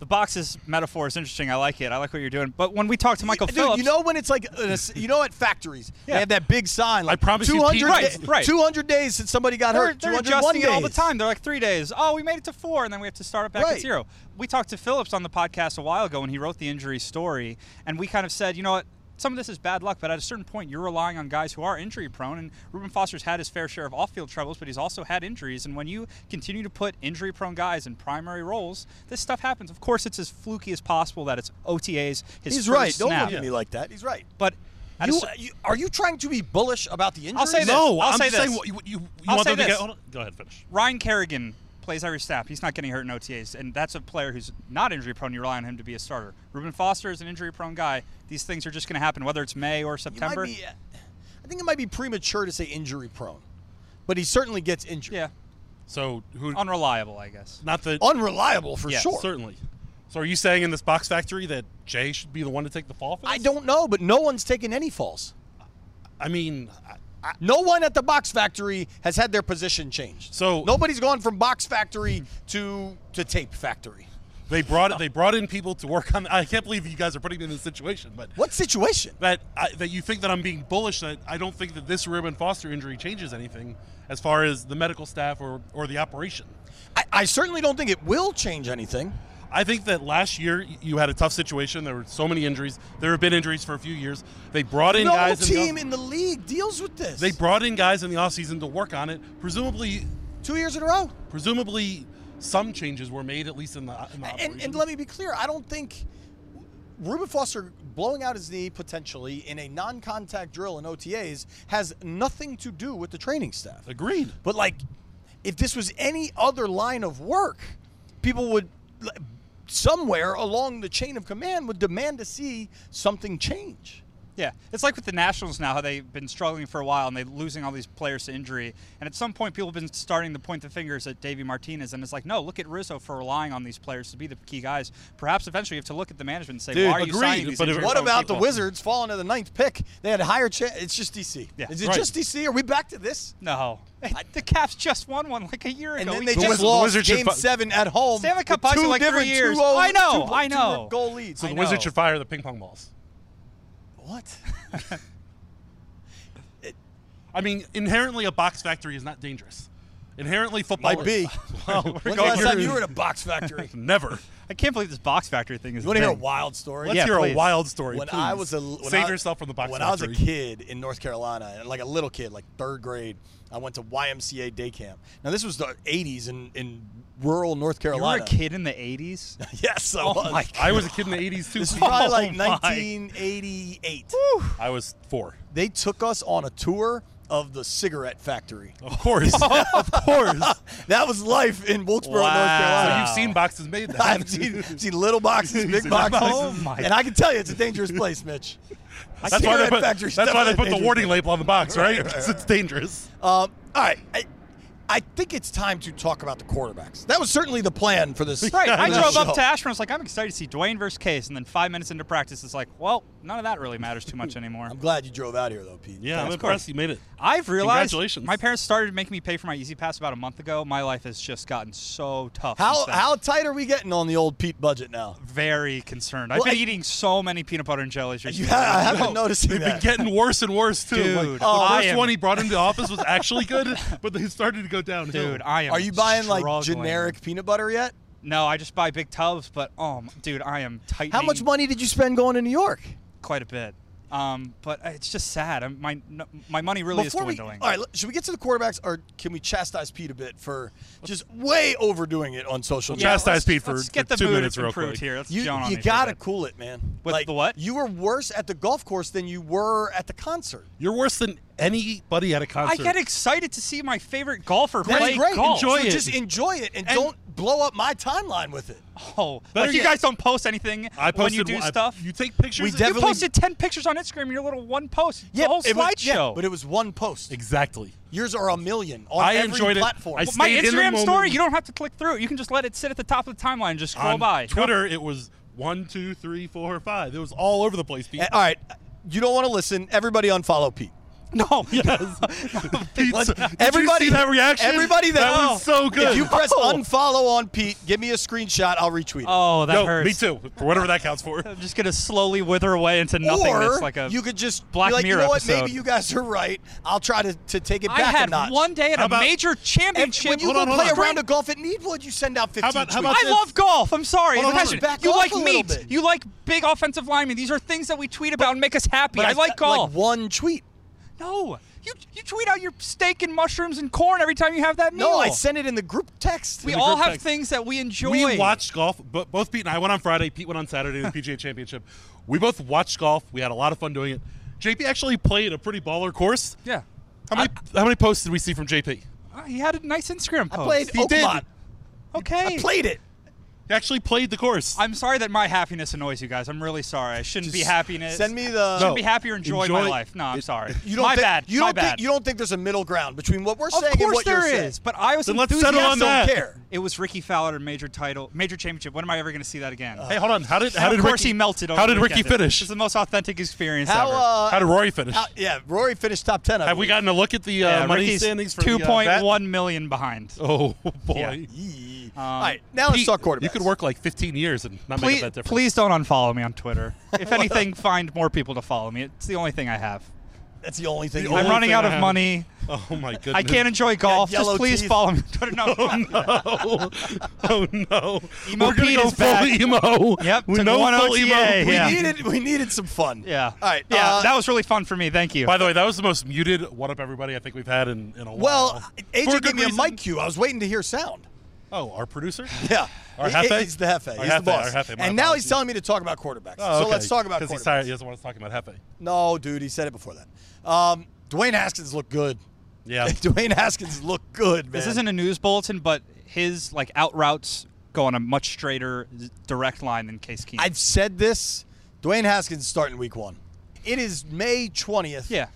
Speaker 6: The boxes metaphor is interesting. I like it. I like what you're doing. But when we talk to Michael
Speaker 5: Dude,
Speaker 6: Phillips,
Speaker 5: you know when it's like, an ass- you know, at factories they have that big sign. Like,
Speaker 7: promise you
Speaker 5: 200,
Speaker 6: peace.
Speaker 5: da-
Speaker 6: Right, right.
Speaker 5: 200 days since somebody got
Speaker 6: they're,
Speaker 5: hurt.
Speaker 6: they're
Speaker 5: 201
Speaker 6: adjusting it all the
Speaker 5: days.
Speaker 6: time. They're like three days. Oh, we made it to four, and then we have to start it back
Speaker 5: Right.
Speaker 6: at zero. We talked to Phillips on the podcast a while ago when he wrote the injury story, and we kind of said, you know what? Some of this is bad luck, but at a certain point, you're relying on guys who are injury prone. And Ruben Foster's had his fair share of off field troubles, but he's also had injuries. And when you continue to put injury prone guys in primary roles, this stuff happens. Of course, it's as fluky as possible that it's OTAs,
Speaker 5: He's
Speaker 6: his first
Speaker 5: right. Don't
Speaker 6: snap.
Speaker 5: look at me like that. He's right.
Speaker 6: But at a
Speaker 5: You, uh,
Speaker 6: cer-
Speaker 5: you, are you trying to be bullish about the injury?
Speaker 6: I'll say this.
Speaker 7: no,
Speaker 6: I'll
Speaker 7: am
Speaker 6: say
Speaker 7: saying
Speaker 6: this.
Speaker 7: what you, you, you
Speaker 6: I'll
Speaker 7: want
Speaker 6: say
Speaker 7: them to
Speaker 6: this.
Speaker 7: get. Hold on. Go ahead, finish.
Speaker 6: Ryan Kerrigan plays Irish staff. He's not getting hurt in OTAs, and that's a player who's not injury prone. You rely on him to be a starter. Ruben Foster is an injury prone guy. These things are just going to happen, whether it's May or
Speaker 5: You might
Speaker 6: September.
Speaker 5: be- uh, I think it might be premature to say injury prone, but he certainly gets injured.
Speaker 6: yeah,
Speaker 7: So who?
Speaker 6: unreliable, I guess.
Speaker 7: not the
Speaker 5: Unreliable for
Speaker 6: Yeah,
Speaker 5: sure.
Speaker 7: certainly. So are you saying in this box factory that Jay should be the one to take the fall for this?
Speaker 5: I don't know, but no one's taken any falls.
Speaker 7: I mean, I-
Speaker 5: No one at the box factory has had their position changed.
Speaker 7: So-
Speaker 5: nobody's gone from box factory to to tape factory.
Speaker 7: they brought they brought in people to work on. I can't believe you guys are putting me in this situation, but
Speaker 5: What situation?
Speaker 7: that I, that you think that I'm being bullish. That I don't think that this Ruben Foster injury changes anything as far as the medical staff or or the operation.
Speaker 5: I, I certainly don't think it will change anything.
Speaker 7: I think that last year y- you had a tough situation. There were so many injuries. There have been injuries for a few years. They brought in
Speaker 5: No
Speaker 7: guys. in the
Speaker 5: team
Speaker 7: off-
Speaker 5: in the league deals with this.
Speaker 7: they brought in guys in the offseason to work on it. Presumably,
Speaker 5: two years in a row.
Speaker 7: presumably, some changes were made at least in the. In the
Speaker 5: And, and let me be clear, I don't think Ruben Foster blowing out his knee potentially in a non contact drill in OTAs has nothing to do with the training staff.
Speaker 7: agreed.
Speaker 5: But, like, if this was any other line of work, people would, like, somewhere along the chain of command, would demand to see something change.
Speaker 6: Yeah, it's like with the Nationals now, how they've been struggling for a while and they're losing all these players to injury. And at some point, people have been starting to point the fingers at Davey Martinez, and it's like, no, look at Rizzo for relying on these players to be the key guys. Perhaps eventually you have to look at the management and say,
Speaker 7: Dude,
Speaker 6: why are you
Speaker 7: agreed,
Speaker 6: signing these
Speaker 7: but if-
Speaker 6: injury-prone
Speaker 5: What about the
Speaker 6: people?
Speaker 5: Wizards falling to the ninth pick? They had a higher chance. It's just DC.
Speaker 6: Yeah,
Speaker 5: Is it
Speaker 7: right.
Speaker 5: just DC? Are we back to this?
Speaker 6: No, the Caps just won one like a year
Speaker 5: And
Speaker 6: ago.
Speaker 5: then
Speaker 6: We
Speaker 5: they
Speaker 7: The
Speaker 5: just
Speaker 7: Wiz- the
Speaker 5: lost
Speaker 7: Wizards should
Speaker 5: Game
Speaker 7: fi-
Speaker 5: Seven at home.
Speaker 6: They haven't
Speaker 5: with
Speaker 6: come back
Speaker 5: two
Speaker 6: in like three
Speaker 5: different
Speaker 6: years.
Speaker 5: 2-0
Speaker 6: I know,
Speaker 5: two-
Speaker 6: I
Speaker 5: two
Speaker 6: know.
Speaker 5: Goal leads.
Speaker 7: So the
Speaker 6: know.
Speaker 7: Wizards should fire the ping pong balls.
Speaker 5: what?
Speaker 7: I mean, inherently, a box factory is not dangerous. Inherently, football
Speaker 5: Might
Speaker 7: is-
Speaker 5: be.
Speaker 7: Well,
Speaker 5: When's the last
Speaker 7: going-
Speaker 5: time you were at a box factory? you
Speaker 7: Never.
Speaker 6: I can't believe this box factory thing is.
Speaker 5: want to hear a
Speaker 6: thing.
Speaker 5: wild story?
Speaker 7: Let's
Speaker 6: Yeah,
Speaker 7: hear
Speaker 6: please.
Speaker 7: a wild story.
Speaker 5: When
Speaker 7: please.
Speaker 5: I was a when
Speaker 7: save
Speaker 5: I-
Speaker 7: yourself from the box
Speaker 5: When I
Speaker 7: factory.
Speaker 5: was a kid in North Carolina, and like a little kid, like third grade, I went to YMCA day camp. Now this was the '80s in in rural North
Speaker 6: You were
Speaker 5: Carolina.
Speaker 6: a kid in the '80s.
Speaker 5: Yes, I
Speaker 7: Oh
Speaker 5: was.
Speaker 6: my
Speaker 7: I was a kid in the '80s too.
Speaker 5: This is
Speaker 7: Pete.
Speaker 5: probably like
Speaker 6: my.
Speaker 5: 1988.
Speaker 7: I was four.
Speaker 5: They took us on a tour of the cigarette factory.
Speaker 7: Of course, of course.
Speaker 5: That was life in Wilkesboro, North
Speaker 6: Wow.
Speaker 7: Oh. So
Speaker 5: Carolina.
Speaker 7: you've seen boxes made. Then.
Speaker 5: I've seen, seen little boxes, big
Speaker 7: seen
Speaker 5: boxes,
Speaker 7: boxes.
Speaker 6: Oh, my.
Speaker 5: and I can tell you it's a dangerous place, Mitch.
Speaker 7: That's why they
Speaker 5: Cigarette
Speaker 7: put,
Speaker 5: factory's
Speaker 7: that's why they
Speaker 5: definitely
Speaker 7: put
Speaker 5: dangerous.
Speaker 7: the warning label on the box, right? Because it's dangerous.
Speaker 5: Um, all right, I, I think it's time to talk about the quarterbacks. That was certainly the plan for this.
Speaker 6: Right. I
Speaker 5: this
Speaker 6: drove up
Speaker 5: show.
Speaker 6: to Ashburn. I was like, I'm excited to see Dwayne versus Case. And then five minutes into practice, it's like, well, none of that really matters too much anymore.
Speaker 5: I'm glad you drove out here though, Pete.
Speaker 7: Yeah, I'm
Speaker 5: Thanks.
Speaker 7: impressed you made it.
Speaker 6: I've realized
Speaker 7: Congratulations.
Speaker 6: my parents started making me pay for my Easy Pass about a month ago. My life has just gotten so tough.
Speaker 5: How
Speaker 6: since then.
Speaker 5: how tight are we getting on the old Pete budget now?
Speaker 6: very concerned.
Speaker 5: Well,
Speaker 6: I've been
Speaker 5: I-
Speaker 6: eating so many peanut butter and jellies
Speaker 5: You
Speaker 6: recently.
Speaker 5: ha- I haven't noticed
Speaker 7: They've been
Speaker 5: that.
Speaker 7: getting worse and worse too. Like,
Speaker 6: Dude,
Speaker 7: the
Speaker 6: oh, I
Speaker 7: first
Speaker 6: am-
Speaker 7: one he brought into office was actually good, but they started to go downhill.
Speaker 6: Dude, I am.
Speaker 5: Are you buying like
Speaker 6: struggling.
Speaker 5: generic peanut butter yet?
Speaker 6: No, I just buy big tubs. But oh, m- dude, I am tightening.
Speaker 5: How much money did you spend going to New York?
Speaker 6: Quite a bit. Um, but it's just sad. I'm, my no, my money really
Speaker 5: Before
Speaker 6: is
Speaker 5: we, all
Speaker 6: dwindling.
Speaker 5: right, should we get to the quarterbacks, or can we chastise Pete a bit for just way overdoing it on social media?
Speaker 7: Chastise
Speaker 6: let's-
Speaker 7: Pete for-
Speaker 6: let's
Speaker 7: for
Speaker 6: get the
Speaker 7: two
Speaker 6: mood
Speaker 7: minutes real
Speaker 6: improved
Speaker 7: quick.
Speaker 6: here. Let's
Speaker 5: You,
Speaker 6: yawn on
Speaker 5: you
Speaker 6: me for a
Speaker 5: gotta
Speaker 6: bit.
Speaker 5: cool it, man.
Speaker 6: With the what?
Speaker 5: You were worse at the golf course than you were at the concert.
Speaker 7: You're worse than anybody at a
Speaker 6: I
Speaker 7: concert.
Speaker 6: get excited to see my favorite golfer
Speaker 5: That's
Speaker 6: play
Speaker 5: great.
Speaker 6: golf.
Speaker 7: Enjoy
Speaker 5: so
Speaker 7: it.
Speaker 5: Just enjoy it and,
Speaker 6: And-
Speaker 5: don't blow up my timeline with it.
Speaker 6: Oh,
Speaker 7: Better
Speaker 6: like you
Speaker 7: yet-
Speaker 6: guys don't post anything
Speaker 7: I
Speaker 6: when you
Speaker 7: posted
Speaker 6: do
Speaker 7: one- I-
Speaker 6: stuff.
Speaker 7: you take pictures
Speaker 5: We
Speaker 7: of-
Speaker 6: You
Speaker 5: definitely-
Speaker 6: posted ten pictures on Instagram. Your little one post, the whole
Speaker 5: it was-
Speaker 6: slideshow.
Speaker 5: but it was one post.
Speaker 7: exactly.
Speaker 5: Yours are a million on
Speaker 7: I
Speaker 5: every
Speaker 7: enjoyed it.
Speaker 5: platform.
Speaker 7: I
Speaker 6: But my
Speaker 7: stayed in the
Speaker 6: Instagram story,
Speaker 7: moment.
Speaker 6: you don't have to click through. You can just let it sit at the top of the timeline and just scroll
Speaker 7: on
Speaker 6: by.
Speaker 7: Twitter, it was one, two, three, four, five. It was all over the place. Pete.
Speaker 6: Eh,
Speaker 5: Eh, all right, you don't want to listen. Everybody unfollow Pete.
Speaker 6: No,
Speaker 7: Yes.
Speaker 5: Let's-
Speaker 7: Pizza. Did
Speaker 5: everybody
Speaker 7: you see that reaction?
Speaker 5: Everybody that,
Speaker 7: that
Speaker 6: Oh,
Speaker 7: was so good. Oh.
Speaker 5: If you press unfollow on Pete, give me a screenshot. I'll retweet it.
Speaker 6: Oh, that
Speaker 7: no,
Speaker 6: hurts.
Speaker 7: me too. For whatever that counts for.
Speaker 6: I'm just gonna slowly wither away into nothingness,
Speaker 5: or
Speaker 6: like a
Speaker 5: you could just
Speaker 6: Black
Speaker 5: be like,
Speaker 6: Mirror
Speaker 5: you know what?
Speaker 6: episode.
Speaker 5: Maybe you guys are right. I'll try to, to take it
Speaker 6: I
Speaker 5: back
Speaker 6: had
Speaker 5: a notch.
Speaker 6: one day at
Speaker 7: How
Speaker 6: a
Speaker 7: about-
Speaker 6: major
Speaker 5: And
Speaker 6: championship.
Speaker 5: when you
Speaker 7: Hold
Speaker 5: go
Speaker 7: on, hold
Speaker 5: play
Speaker 7: on.
Speaker 5: a round of golf at Needwood, you send out 15
Speaker 7: How about- how
Speaker 5: tweets.
Speaker 7: about
Speaker 6: I
Speaker 7: this?
Speaker 6: love golf. I'm sorry.
Speaker 5: Hold on,
Speaker 6: Passion.
Speaker 5: hold on. Back
Speaker 6: you
Speaker 5: off
Speaker 6: like
Speaker 5: a little
Speaker 6: meat.
Speaker 5: bit.
Speaker 6: You like big offensive linemen. These are things that we tweet about and make us happy.
Speaker 5: But
Speaker 6: I
Speaker 5: it's
Speaker 6: like
Speaker 5: not
Speaker 6: golf.
Speaker 5: Like one tweet.
Speaker 6: no, you you tweet out your steak and mushrooms and corn every time you have that meal.
Speaker 5: No, I sent it in the group text.
Speaker 6: We
Speaker 7: the
Speaker 6: all
Speaker 7: group
Speaker 6: have
Speaker 7: text.
Speaker 6: things that we enjoy.
Speaker 7: We watched golf. But both Pete and I went on Friday. Pete went on Saturday to the PGA Championship. We both watched golf. We had a lot of fun doing it. JP actually played a pretty baller course.
Speaker 6: Yeah,
Speaker 7: How many How many posts did we see from JP?
Speaker 6: Uh, he had a nice Instagram post.
Speaker 5: played
Speaker 7: He did.
Speaker 5: Oakmont.
Speaker 6: Okay.
Speaker 5: I played it.
Speaker 7: He actually played the course.
Speaker 6: I'm sorry that my happiness annoys you guys. I'm really sorry. I shouldn't be happy. in it.
Speaker 5: Send me the.
Speaker 6: Shouldn't be happy or enjoy, my
Speaker 7: Enjoy-
Speaker 6: life. No, I'm sorry.
Speaker 5: You don't
Speaker 6: my
Speaker 5: thi-
Speaker 6: bad.
Speaker 5: You
Speaker 6: my
Speaker 5: don't
Speaker 6: bad.
Speaker 5: think you don't think there's a middle ground between what we're
Speaker 6: Of
Speaker 5: saying and
Speaker 6: course
Speaker 5: what
Speaker 6: there
Speaker 5: you're saying.
Speaker 6: is, but I was
Speaker 7: Then let's settle on
Speaker 6: enthusiastic.
Speaker 7: that.
Speaker 5: Don't care.
Speaker 6: It was Ricky Fowler major title, major championship. When am I ever going to see that again?
Speaker 7: hey, hold on. How did
Speaker 6: And
Speaker 7: how did
Speaker 6: of course
Speaker 7: Ricky,
Speaker 6: he melted. Over
Speaker 7: How
Speaker 6: the
Speaker 7: did Ricky
Speaker 6: weekend.
Speaker 7: finish?
Speaker 6: This is the most authentic experience
Speaker 5: How?
Speaker 6: ever.
Speaker 5: Uh,
Speaker 7: how did Rory finish?
Speaker 5: how- yeah, Rory finished top ten. I
Speaker 7: Have we
Speaker 5: believe.
Speaker 7: gotten a look at the uh,
Speaker 6: yeah,
Speaker 7: money
Speaker 6: Ricky's
Speaker 7: standings for
Speaker 6: two
Speaker 7: the, uh,
Speaker 6: point
Speaker 7: bet?
Speaker 6: one million behind.
Speaker 7: Oh boy.
Speaker 5: Yee. All right, now let's
Speaker 7: Pete,
Speaker 5: talk quarterbacks.
Speaker 7: You could work like 15 years and not make
Speaker 6: please,
Speaker 7: that difference.
Speaker 6: please don't unfollow me on Twitter. If anything, find more people to follow me. It's the only thing I have.
Speaker 5: That's the only thing.
Speaker 7: The
Speaker 5: you-
Speaker 7: only
Speaker 6: I'm running
Speaker 7: thing
Speaker 6: out
Speaker 7: I
Speaker 6: of
Speaker 7: have.
Speaker 6: money.
Speaker 7: Oh my goodness.
Speaker 6: I can't enjoy golf.
Speaker 5: yellow
Speaker 6: Just please
Speaker 5: teeth.
Speaker 6: follow me on Twitter. No,
Speaker 7: oh, oh no.
Speaker 6: Emo
Speaker 7: We're gonna
Speaker 6: Pete
Speaker 7: go
Speaker 6: is
Speaker 7: full
Speaker 6: back.
Speaker 7: emo.
Speaker 6: Yep,
Speaker 7: We
Speaker 6: took
Speaker 7: know
Speaker 6: one
Speaker 7: full
Speaker 6: OTA,
Speaker 7: emo.
Speaker 6: yeah.
Speaker 7: We
Speaker 5: we
Speaker 7: need-
Speaker 5: needed we needed some fun.
Speaker 6: yeah.
Speaker 5: All right.
Speaker 6: Yeah,
Speaker 5: uh,
Speaker 6: that was really fun for me. Thank you.
Speaker 7: By the way, that was the most muted "What up, everybody?" I think we've had in, in a while.
Speaker 5: well,
Speaker 7: For
Speaker 5: AJ
Speaker 7: good
Speaker 5: gave me
Speaker 7: reason.
Speaker 5: a mic cue. I was waiting to hear sound.
Speaker 7: Oh, our producer.
Speaker 5: Yeah.
Speaker 7: Our
Speaker 5: He- he-
Speaker 7: Hefe?
Speaker 5: He's the Hefe.
Speaker 7: Our
Speaker 5: He's the
Speaker 7: Hefe,
Speaker 5: boss.
Speaker 7: our Hefe, my
Speaker 5: and now he's
Speaker 7: apologies.
Speaker 5: telling me to talk about quarterbacks.
Speaker 7: Oh,
Speaker 5: So
Speaker 7: okay.
Speaker 5: let's talk about
Speaker 7: Because he's
Speaker 5: quarterbacks.
Speaker 7: tired. He doesn't want us talking about Hefe.
Speaker 5: No, dude, he said it before that. Um, Dwayne Haskins looked good.
Speaker 7: Yeah.
Speaker 5: Dwayne Haskins looked good, man.
Speaker 6: This isn't a news bulletin, but his like out routes go on a much straighter z- direct line than Case Keenum.
Speaker 5: I've said this. Dwayne Haskins starting week one. It is May 20th.
Speaker 6: Yeah.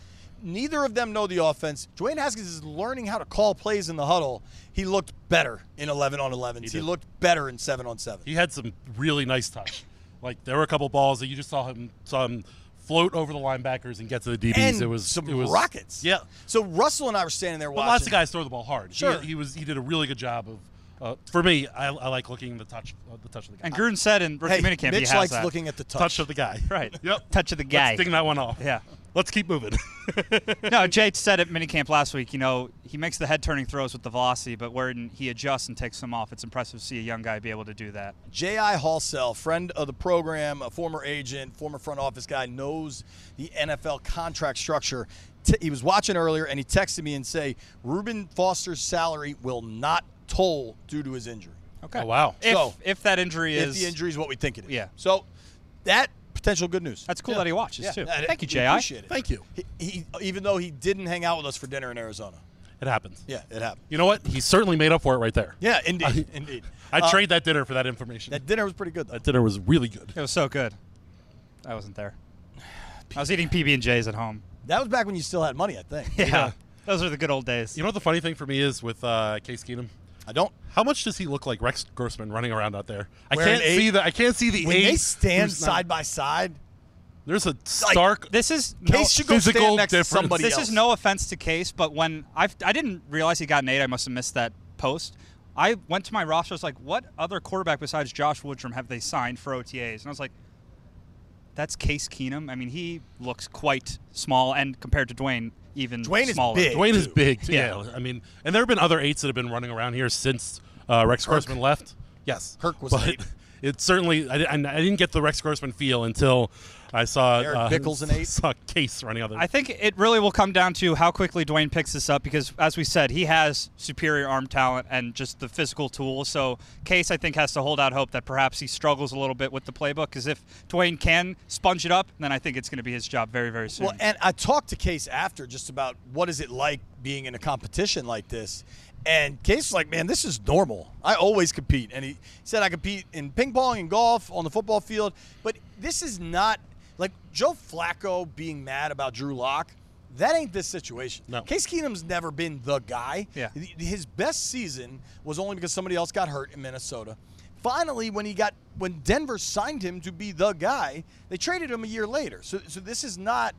Speaker 5: Neither of them know the offense. Dwayne Haskins is learning how to call plays in the huddle. He looked better in 11 on 11s. He,
Speaker 7: did.
Speaker 5: looked better in 7 on 7.
Speaker 7: he had some really nice touch. Like there were a couple balls that you just saw him saw him float over the linebackers and get to the DBs.
Speaker 5: and
Speaker 7: it was
Speaker 5: some
Speaker 7: it was,
Speaker 5: rockets.
Speaker 7: Yeah,
Speaker 5: So Russell and I were standing there
Speaker 7: but
Speaker 5: watching.
Speaker 7: lots of guys throw the ball hard. He-
Speaker 5: Sure.
Speaker 7: he, was he did a really good job of. Uh, for me, I, I like looking at the touch uh, the touch of the guy.
Speaker 6: and Gruden said in rookie
Speaker 5: Hey,
Speaker 6: minicamp he
Speaker 5: Mitch
Speaker 6: has
Speaker 5: likes
Speaker 6: that.
Speaker 5: looking at the touch.
Speaker 7: touch. of the guy.
Speaker 6: Right.
Speaker 7: Yep.
Speaker 6: Touch of the guy.
Speaker 7: Let's ding that one off.
Speaker 6: Yeah.
Speaker 7: Let's keep moving.
Speaker 6: no, Jay said at minicamp last week. You know, he makes the head turning throws with the velocity, but where he adjusts and takes them off, it's impressive to see a young guy be able to do that.
Speaker 5: J.I. Halsell, friend of the program, a former agent, former front office guy, knows the NFL contract structure. T- he was watching earlier and he texted me and say, Reuben Foster's salary will not toll due to his injury.
Speaker 6: Okay.
Speaker 7: Oh, wow.
Speaker 6: If
Speaker 5: So,
Speaker 6: if that injury
Speaker 5: If
Speaker 6: is
Speaker 5: the injury is what we think it is.
Speaker 6: Yeah.
Speaker 5: So that potential good news.
Speaker 6: that's cool that he watches
Speaker 5: Yeah.
Speaker 6: too.
Speaker 5: Yeah,
Speaker 6: Thank you,
Speaker 5: we
Speaker 6: Jay.
Speaker 5: Appreciate it.
Speaker 7: Thank you.
Speaker 5: He, he, even though he didn't hang out with us for dinner in Arizona.
Speaker 7: it happens.
Speaker 5: Yeah, it happened.
Speaker 7: You know what? He certainly made up for it right there.
Speaker 5: Yeah, indeed. indeed.
Speaker 7: I
Speaker 5: Uh,
Speaker 7: trade that dinner for that information.
Speaker 5: That dinner was pretty good, though.
Speaker 7: that dinner was really good.
Speaker 6: It was so good. I wasn't there. I was eating PB and J's at home.
Speaker 5: That was back when you still had money, I think.
Speaker 6: Yeah. Those are the good old days.
Speaker 7: You know what the funny thing for me is with uh, Case Keenum?
Speaker 5: I don't.
Speaker 7: How much does he look like Rex Grossman running around out there? I
Speaker 5: Wearing
Speaker 7: can't
Speaker 5: eight?
Speaker 7: see the I can't see the
Speaker 5: When
Speaker 7: eight.
Speaker 5: they stand
Speaker 7: Who's not-
Speaker 5: side by side,
Speaker 7: there's a stark.
Speaker 6: this is no,
Speaker 5: Case should go
Speaker 7: physical
Speaker 5: stand next
Speaker 7: difference.
Speaker 5: to somebody
Speaker 6: this
Speaker 5: else.
Speaker 6: is no offense to Case, but when I've, I didn't realize he got an eight, I must have missed that post. I went to my roster. I was like, what other quarterback besides Josh Woodrum have they signed for OTAs? And I was like, that's Case Keenum. I mean, he looks quite small, and compared to Dwayne, even
Speaker 5: Dwayne is
Speaker 6: smaller.
Speaker 5: big.
Speaker 7: Dwayne is
Speaker 5: too.
Speaker 7: big. Too.
Speaker 6: Yeah.
Speaker 7: Yeah. I mean, and there have been other eights that have been running around here since uh, Rex Grossman left. Yes,
Speaker 5: Kirk was an
Speaker 7: But
Speaker 5: eight.
Speaker 7: it certainly. I, di- I didn't get the Rex Grossman feel until I saw
Speaker 5: Eric
Speaker 7: uh,
Speaker 5: Bickle's an eight.
Speaker 7: Saw Case running out there.
Speaker 6: I think it really will come down to how quickly Dwayne picks this up because, as we said, he has superior arm talent and just the physical tools. So Case, I think, has to hold out hope that perhaps he struggles a little bit with the playbook because if Dwayne can sponge it up, then I think it's going to be his job very, very soon.
Speaker 5: Well, and I talked to Case after just about what is it like being in a competition like this. And Case was like, man, this is normal. I always compete. And he said, I compete in ping pong and golf on the football field. But this is not like Joe Flacco being mad about Drew Lock. That ain't this situation.
Speaker 7: No.
Speaker 5: Case Keenum's never been the guy.
Speaker 6: Yeah.
Speaker 5: Th- His best season was only because somebody else got hurt in Minnesota. Finally, when he got when Denver signed him to be the guy, they traded him a year later. So, so this is not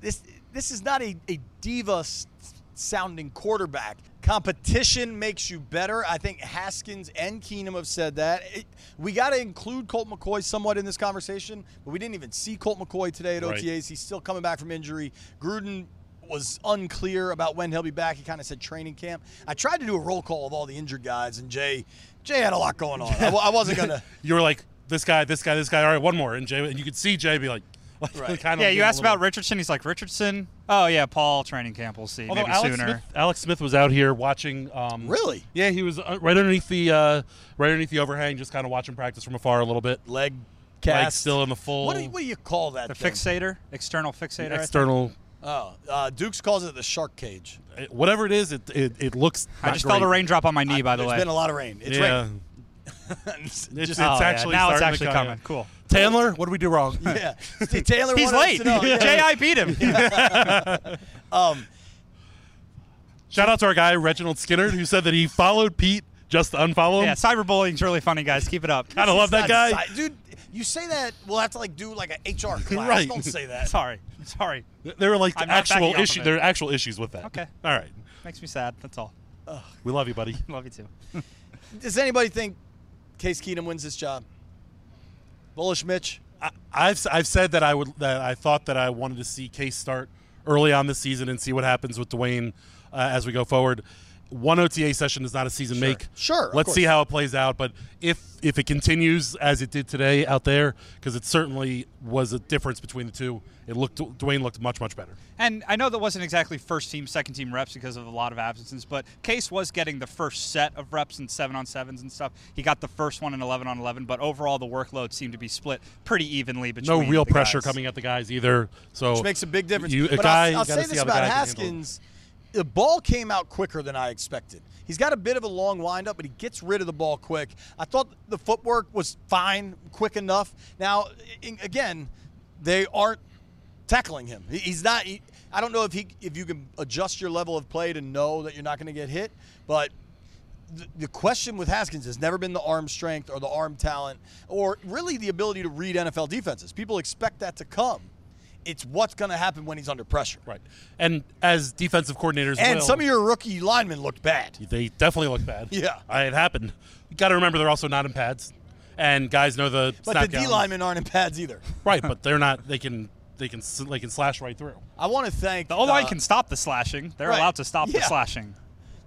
Speaker 5: this this is not a, a diva s- sounding quarterback. Competition makes you better. I think Haskins and Keenum have said that. It- we got to include Colt McCoy somewhat in this conversation, but we didn't even see Colt McCoy today at
Speaker 7: Right.
Speaker 5: OTAs. He's still coming back from injury. Gruden was unclear about when he'll be back. He kind of said training camp. I tried to do a roll call of all the injured guys, and Jay Jay had a lot going on. I, wa- I wasn't gonna.
Speaker 7: you were like this guy, this guy, this guy. All right, one more, and Jay, and you could see Jay be like, like
Speaker 5: Right.
Speaker 7: kind of
Speaker 6: yeah, you
Speaker 7: being a
Speaker 6: asked
Speaker 7: little-
Speaker 6: about Richardson. He's like Richardson. Oh yeah, Paul training camp. We'll see.
Speaker 7: Although
Speaker 6: Maybe
Speaker 7: Alex
Speaker 6: sooner.
Speaker 7: Smith, Alex Smith was out here watching. Um,
Speaker 5: Really?
Speaker 7: Yeah, he was uh, right underneath the uh, right underneath the overhang, just kind of watching practice from afar a little bit.
Speaker 5: Leg cast
Speaker 7: still in the full-
Speaker 5: What do you, what do you call that?
Speaker 6: The
Speaker 5: thing?
Speaker 6: fixator, external fixator. I think.
Speaker 7: External
Speaker 5: Oh, uh, Dukes calls it the shark cage.
Speaker 7: It- whatever it is, it it, it looks.
Speaker 6: I
Speaker 7: not
Speaker 6: just
Speaker 7: great.
Speaker 6: felt a raindrop on my knee, by the
Speaker 5: There's
Speaker 6: way.
Speaker 5: been a lot of rain. It's
Speaker 7: yeah.
Speaker 5: raining.
Speaker 7: It's, it's
Speaker 6: Oh, yeah,
Speaker 7: actually
Speaker 6: now it's
Speaker 7: starting to
Speaker 6: actually
Speaker 7: come,
Speaker 6: coming.
Speaker 7: yeah.
Speaker 6: Cool.
Speaker 7: Taylor, what did we do wrong?
Speaker 5: yeah. Taylor
Speaker 6: He's
Speaker 5: wanted us
Speaker 6: late.
Speaker 5: to know. Yeah.
Speaker 6: J.I. beat him.
Speaker 7: Shout out to our guy Reginald Skinner who said that he followed Pete just to unfollow him.
Speaker 6: yeah, cyberbullying's really funny, guys. Keep it up.
Speaker 7: I love that
Speaker 5: That's
Speaker 7: guy.
Speaker 5: si- dude. You say that we'll have to like do like a HR class.
Speaker 7: Right.
Speaker 5: Don't say that.
Speaker 6: Sorry. Sorry.
Speaker 7: There were like
Speaker 6: I'm not backing
Speaker 7: actual
Speaker 6: off of
Speaker 7: issues.
Speaker 6: it.
Speaker 7: There are actual issues with that.
Speaker 6: Okay.
Speaker 7: All right.
Speaker 6: Makes me sad. That's all.
Speaker 7: We love you, buddy.
Speaker 6: Love you too.
Speaker 5: Does anybody think Case Keenum wins this job? Bullish Mitch.
Speaker 7: I, I've s- I've said that I would that I thought that I wanted to see Case start early on this season and see what happens with Dwayne uh, as we go forward. One OTA session is not a season make.
Speaker 5: Sure, of
Speaker 7: Let's see
Speaker 5: course.
Speaker 7: how it plays out. But if if it continues as it did today out there, because it certainly was a difference between the two. It looked Dwayne looked much much better.
Speaker 6: And I know that wasn't exactly first team, second team reps because of a lot of absences, but Case was getting the first set of reps and seven on sevens and stuff. He got the first one in 11 on 11, but overall the workload seemed to be split pretty evenly
Speaker 7: No
Speaker 6: between.
Speaker 7: real
Speaker 6: the
Speaker 7: pressure
Speaker 6: guys.
Speaker 7: coming at the guys either. So
Speaker 5: which makes a big difference.
Speaker 7: You, a
Speaker 5: but
Speaker 7: guy,
Speaker 5: I'll,
Speaker 7: you
Speaker 5: I'll
Speaker 7: gotta
Speaker 5: say
Speaker 7: see
Speaker 5: this
Speaker 7: how the
Speaker 5: about
Speaker 7: guy can handle it.
Speaker 5: Haskins: the ball came out quicker than I expected. He's got a bit of a long windup, but he gets rid of the ball quick. I thought the footwork was fine, quick enough. Now, in, again, they aren't tackling him. He- He's not. He, I don't know if he if you can adjust your level of play to know that you're not going to get hit, but the- the question with Haskins has never been the arm strength or the arm talent or really the ability to read NFL defenses. People expect that to come. It's what's going to happen when he's under pressure.
Speaker 7: Right. And as defensive coordinators,
Speaker 5: And
Speaker 7: will-
Speaker 5: some of your rookie linemen looked bad.
Speaker 7: They definitely look bad.
Speaker 5: Yeah.
Speaker 7: I, it happened. You got to remember they're also not in pads, and guys know the.
Speaker 5: But
Speaker 7: snap
Speaker 5: the D
Speaker 7: counts.
Speaker 5: linemen aren't in pads either.
Speaker 7: Right, but they're not. They can. They can. sl- They can slash right through.
Speaker 5: I want to thank
Speaker 6: The O line
Speaker 5: uh,
Speaker 6: can stop the slashing. They're
Speaker 5: right.
Speaker 6: allowed to stop
Speaker 5: Yeah.
Speaker 6: the slashing.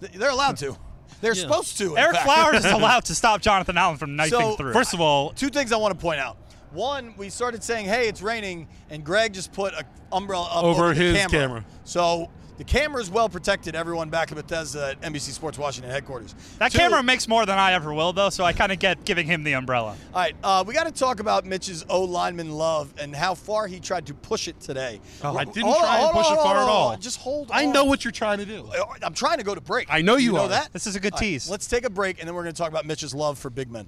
Speaker 5: th- They're allowed to. They're supposed to. in
Speaker 6: Eric
Speaker 5: fact.
Speaker 6: Flowers is allowed to stop Jonathan Allen from knifing
Speaker 5: So-
Speaker 6: through.
Speaker 7: First of all,
Speaker 5: Two things I want to point out. One, we started saying, "Hey, it's raining," and Greg just put a umbrella up
Speaker 7: Over
Speaker 5: over, the
Speaker 7: his
Speaker 5: camera.
Speaker 7: camera.
Speaker 5: So the camera is well protected. Everyone back at Bethesda at NBC Sports Washington headquarters.
Speaker 6: that
Speaker 5: Two-
Speaker 6: camera makes more than I ever will, though, so I kind of get giving him the umbrella.
Speaker 5: All right, uh, we got to talk about Mitch's O lineman love and how far he tried to push it today.
Speaker 7: Oh, I didn't
Speaker 5: Hold on,
Speaker 7: try and
Speaker 5: hold on,
Speaker 7: push it
Speaker 5: hold
Speaker 7: far
Speaker 5: on,
Speaker 7: at
Speaker 5: hold
Speaker 7: all.
Speaker 5: on. Just hold.
Speaker 7: I
Speaker 5: on. Uh,
Speaker 7: know what you're trying to do.
Speaker 5: I'm trying to go to break.
Speaker 7: I know you
Speaker 5: know
Speaker 7: are.
Speaker 5: that.
Speaker 6: This is a good
Speaker 5: All right,
Speaker 6: tease.
Speaker 5: let's take a break, and then we're going to talk about Mitch's love for big men.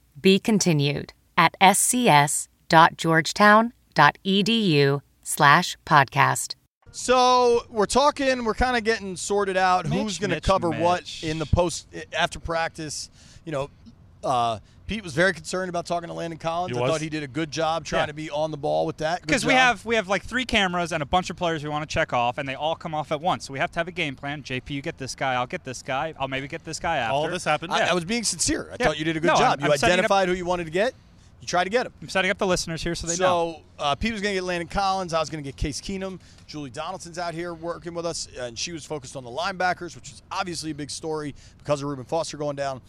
Speaker 8: Be continued at scs.georgetown.edu E slash podcast.
Speaker 5: So we're talking. We're kind of getting sorted out
Speaker 6: Mitch,
Speaker 5: who's going to
Speaker 6: Mitch,
Speaker 5: cover what
Speaker 6: Mitch.
Speaker 5: in the post after practice. You know, uh, Pete was very concerned about talking to Landon Collins.
Speaker 7: He
Speaker 5: I
Speaker 7: was?
Speaker 5: thought he did a good job trying
Speaker 6: Yeah.
Speaker 5: to be on the ball with that Good
Speaker 6: because we
Speaker 5: job.
Speaker 6: have we have like three cameras and a bunch of players we want to check off, and they all come off at once. So we have to have a game plan. JP, you get this guy. I'll get this guy. I'll maybe get this guy after.
Speaker 7: All of this happened.
Speaker 5: I,
Speaker 6: yeah.
Speaker 5: I was being sincere. I
Speaker 6: Yeah.
Speaker 5: thought you did a good
Speaker 6: No, I'm-
Speaker 5: job. you
Speaker 6: I'm setting it up-
Speaker 5: identified who you wanted to get. You tried to get him.
Speaker 6: I'm setting up the listeners here so they
Speaker 5: So
Speaker 6: know.
Speaker 5: uh, Pete was going to get Landon Collins. I was going to get Case Keenum. Julie Donaldson's out here working with us, and she was focused on the linebackers, which was obviously a big story because of Reuben Foster going down.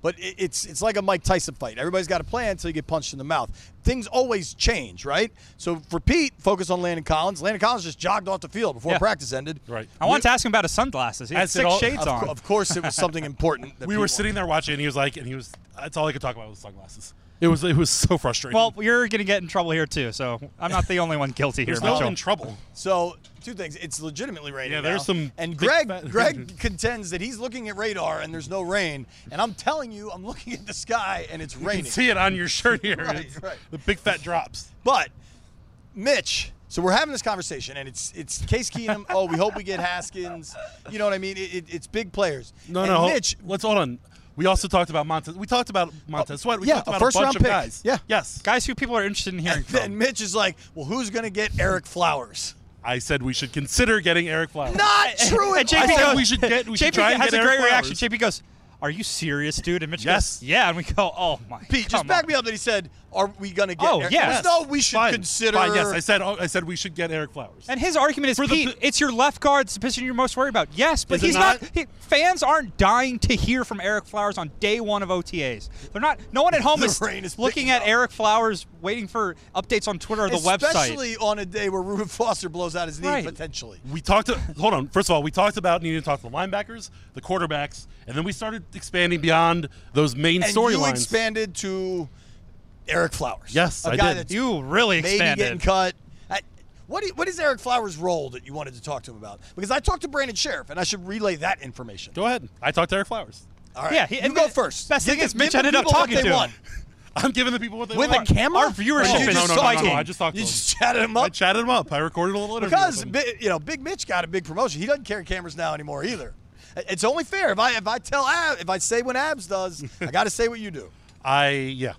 Speaker 5: But it, it's it's like a Mike Tyson fight. Everybody's got a plan until you get punched in the mouth. Things always change, right? So for Pete, focus on Landon Collins. Landon Collins just jogged off the field before
Speaker 6: Yeah.
Speaker 5: practice ended.
Speaker 7: Right.
Speaker 6: I wanted to ask him about his sunglasses. He had
Speaker 7: As it
Speaker 6: six
Speaker 7: all-
Speaker 6: shades
Speaker 5: Of,
Speaker 6: on.
Speaker 5: of course, it was something important. That
Speaker 7: we
Speaker 5: Pete
Speaker 7: were
Speaker 5: wanted.
Speaker 7: sitting there watching, and he was like, and he was. That's all I could talk about was sunglasses. It was it was so frustrating.
Speaker 6: Well, you're going to get in trouble here too. So I'm not the only one guilty here,
Speaker 7: there's no one
Speaker 6: Mitchell.
Speaker 7: in trouble.
Speaker 5: So two things: it's legitimately raining.
Speaker 7: Yeah, there's
Speaker 5: now,
Speaker 7: some
Speaker 5: And
Speaker 7: big
Speaker 5: Greg,
Speaker 7: fat-
Speaker 5: Greg contends that he's looking at radar and there's no rain. And I'm telling you, I'm looking at the sky and it's
Speaker 7: You
Speaker 5: raining.
Speaker 7: can see it on your shirt here.
Speaker 5: Right,
Speaker 7: It's
Speaker 5: right.
Speaker 7: The big fat drops.
Speaker 5: But Mitch, so we're having this conversation, and it's it's Case Keenum. oh, we hope we get Haskins. You know what I mean? It, it, it's big players.
Speaker 7: No,
Speaker 5: and
Speaker 7: no. hold-
Speaker 5: Mitch.
Speaker 7: let's hold on. We also talked about Montez. We talked about Montez Sweat. We
Speaker 5: yeah,
Speaker 7: talked
Speaker 5: a
Speaker 7: about
Speaker 5: first
Speaker 7: a bunch
Speaker 5: round
Speaker 7: of
Speaker 5: pick.
Speaker 7: guys.
Speaker 5: Yeah.
Speaker 7: Yes.
Speaker 6: Guys who people are interested in hearing
Speaker 5: And then
Speaker 6: from.
Speaker 5: Mitch is like, well, who's gonna get Eric Flowers?
Speaker 7: I said we should consider getting Eric Flowers.
Speaker 5: Not true.
Speaker 6: And
Speaker 5: at
Speaker 6: JP
Speaker 7: I
Speaker 5: all.
Speaker 7: said
Speaker 6: goes,
Speaker 7: we should get- we should
Speaker 6: JP
Speaker 7: try and
Speaker 6: has
Speaker 7: get
Speaker 6: a great
Speaker 7: Eric
Speaker 6: reaction.
Speaker 7: Flowers.
Speaker 6: JP goes, "Are you serious, dude?" And Mitch
Speaker 7: Yes.
Speaker 6: goes, "Yeah." And we go, "Oh my."
Speaker 5: Pete, just
Speaker 6: come
Speaker 5: back
Speaker 6: on."
Speaker 5: me up that he said, "Are we gonna get?"
Speaker 6: Oh,
Speaker 5: Eric?
Speaker 6: yes.
Speaker 5: There's no, we should
Speaker 7: Fine.
Speaker 5: consider.
Speaker 7: Fine, yes, I said. oh, I said we should get Eric Flowers.
Speaker 6: And his argument is,
Speaker 7: For the
Speaker 6: Pete,
Speaker 7: p-
Speaker 6: it's your left guard it's the position you're most worried about. Yes, but
Speaker 7: Is it
Speaker 6: he's not.
Speaker 7: not?
Speaker 6: he- fans aren't dying to hear from Eric Flowers on day one of OTAs. They're not. No one at home
Speaker 5: The
Speaker 6: is,
Speaker 5: rain is
Speaker 6: looking
Speaker 5: picking
Speaker 6: at
Speaker 5: up.
Speaker 6: Eric Flowers, waiting for updates on Twitter or the website.
Speaker 5: especially on a day where Ruben Foster blows out his knee
Speaker 6: Right.
Speaker 5: potentially.
Speaker 7: we talked. hold on. First of all, we talked about needing to talk to the linebackers, the quarterbacks, and then we started expanding beyond those main
Speaker 5: And you
Speaker 7: storylines.
Speaker 5: expanded to Eric Flowers.
Speaker 7: Yes,
Speaker 5: a
Speaker 7: I
Speaker 5: guy
Speaker 7: did.
Speaker 5: that's
Speaker 6: You really
Speaker 5: maybe getting
Speaker 6: expanded.
Speaker 5: cut. I, what, i- what is Eric Flowers' role that you wanted to talk to him about? Because I talked to Brandon Sheriff, and I should relay that information.
Speaker 7: Go ahead. I talked to Eric Flowers.
Speaker 5: All right,
Speaker 6: Yeah, he-
Speaker 5: you
Speaker 6: and
Speaker 5: go
Speaker 6: the
Speaker 5: first.
Speaker 6: best
Speaker 5: Give
Speaker 6: thing
Speaker 5: the-
Speaker 6: is Mitch
Speaker 5: give the
Speaker 6: ended up
Speaker 5: people what
Speaker 6: talking
Speaker 5: they
Speaker 6: to him.
Speaker 5: want.
Speaker 7: I'm giving the people what they
Speaker 5: With
Speaker 7: want.
Speaker 5: a camera?
Speaker 6: Our viewership
Speaker 5: Or
Speaker 7: No,
Speaker 5: you
Speaker 6: is
Speaker 7: no,
Speaker 5: just saw
Speaker 7: no, no,
Speaker 5: him?
Speaker 7: no,
Speaker 6: spiking.
Speaker 7: I just talked.
Speaker 5: You
Speaker 7: to
Speaker 5: just
Speaker 7: him.
Speaker 5: chatted him
Speaker 7: I
Speaker 5: up.
Speaker 7: chatted him up. I recorded a little interview.
Speaker 5: Because
Speaker 7: with him.
Speaker 5: Bi- you know, Big Mitch got a big promotion. He doesn't carry cameras now anymore either. It's only fair if I if I tell Ab, if I say what Abs does, I got to say what you do.
Speaker 7: I yeah.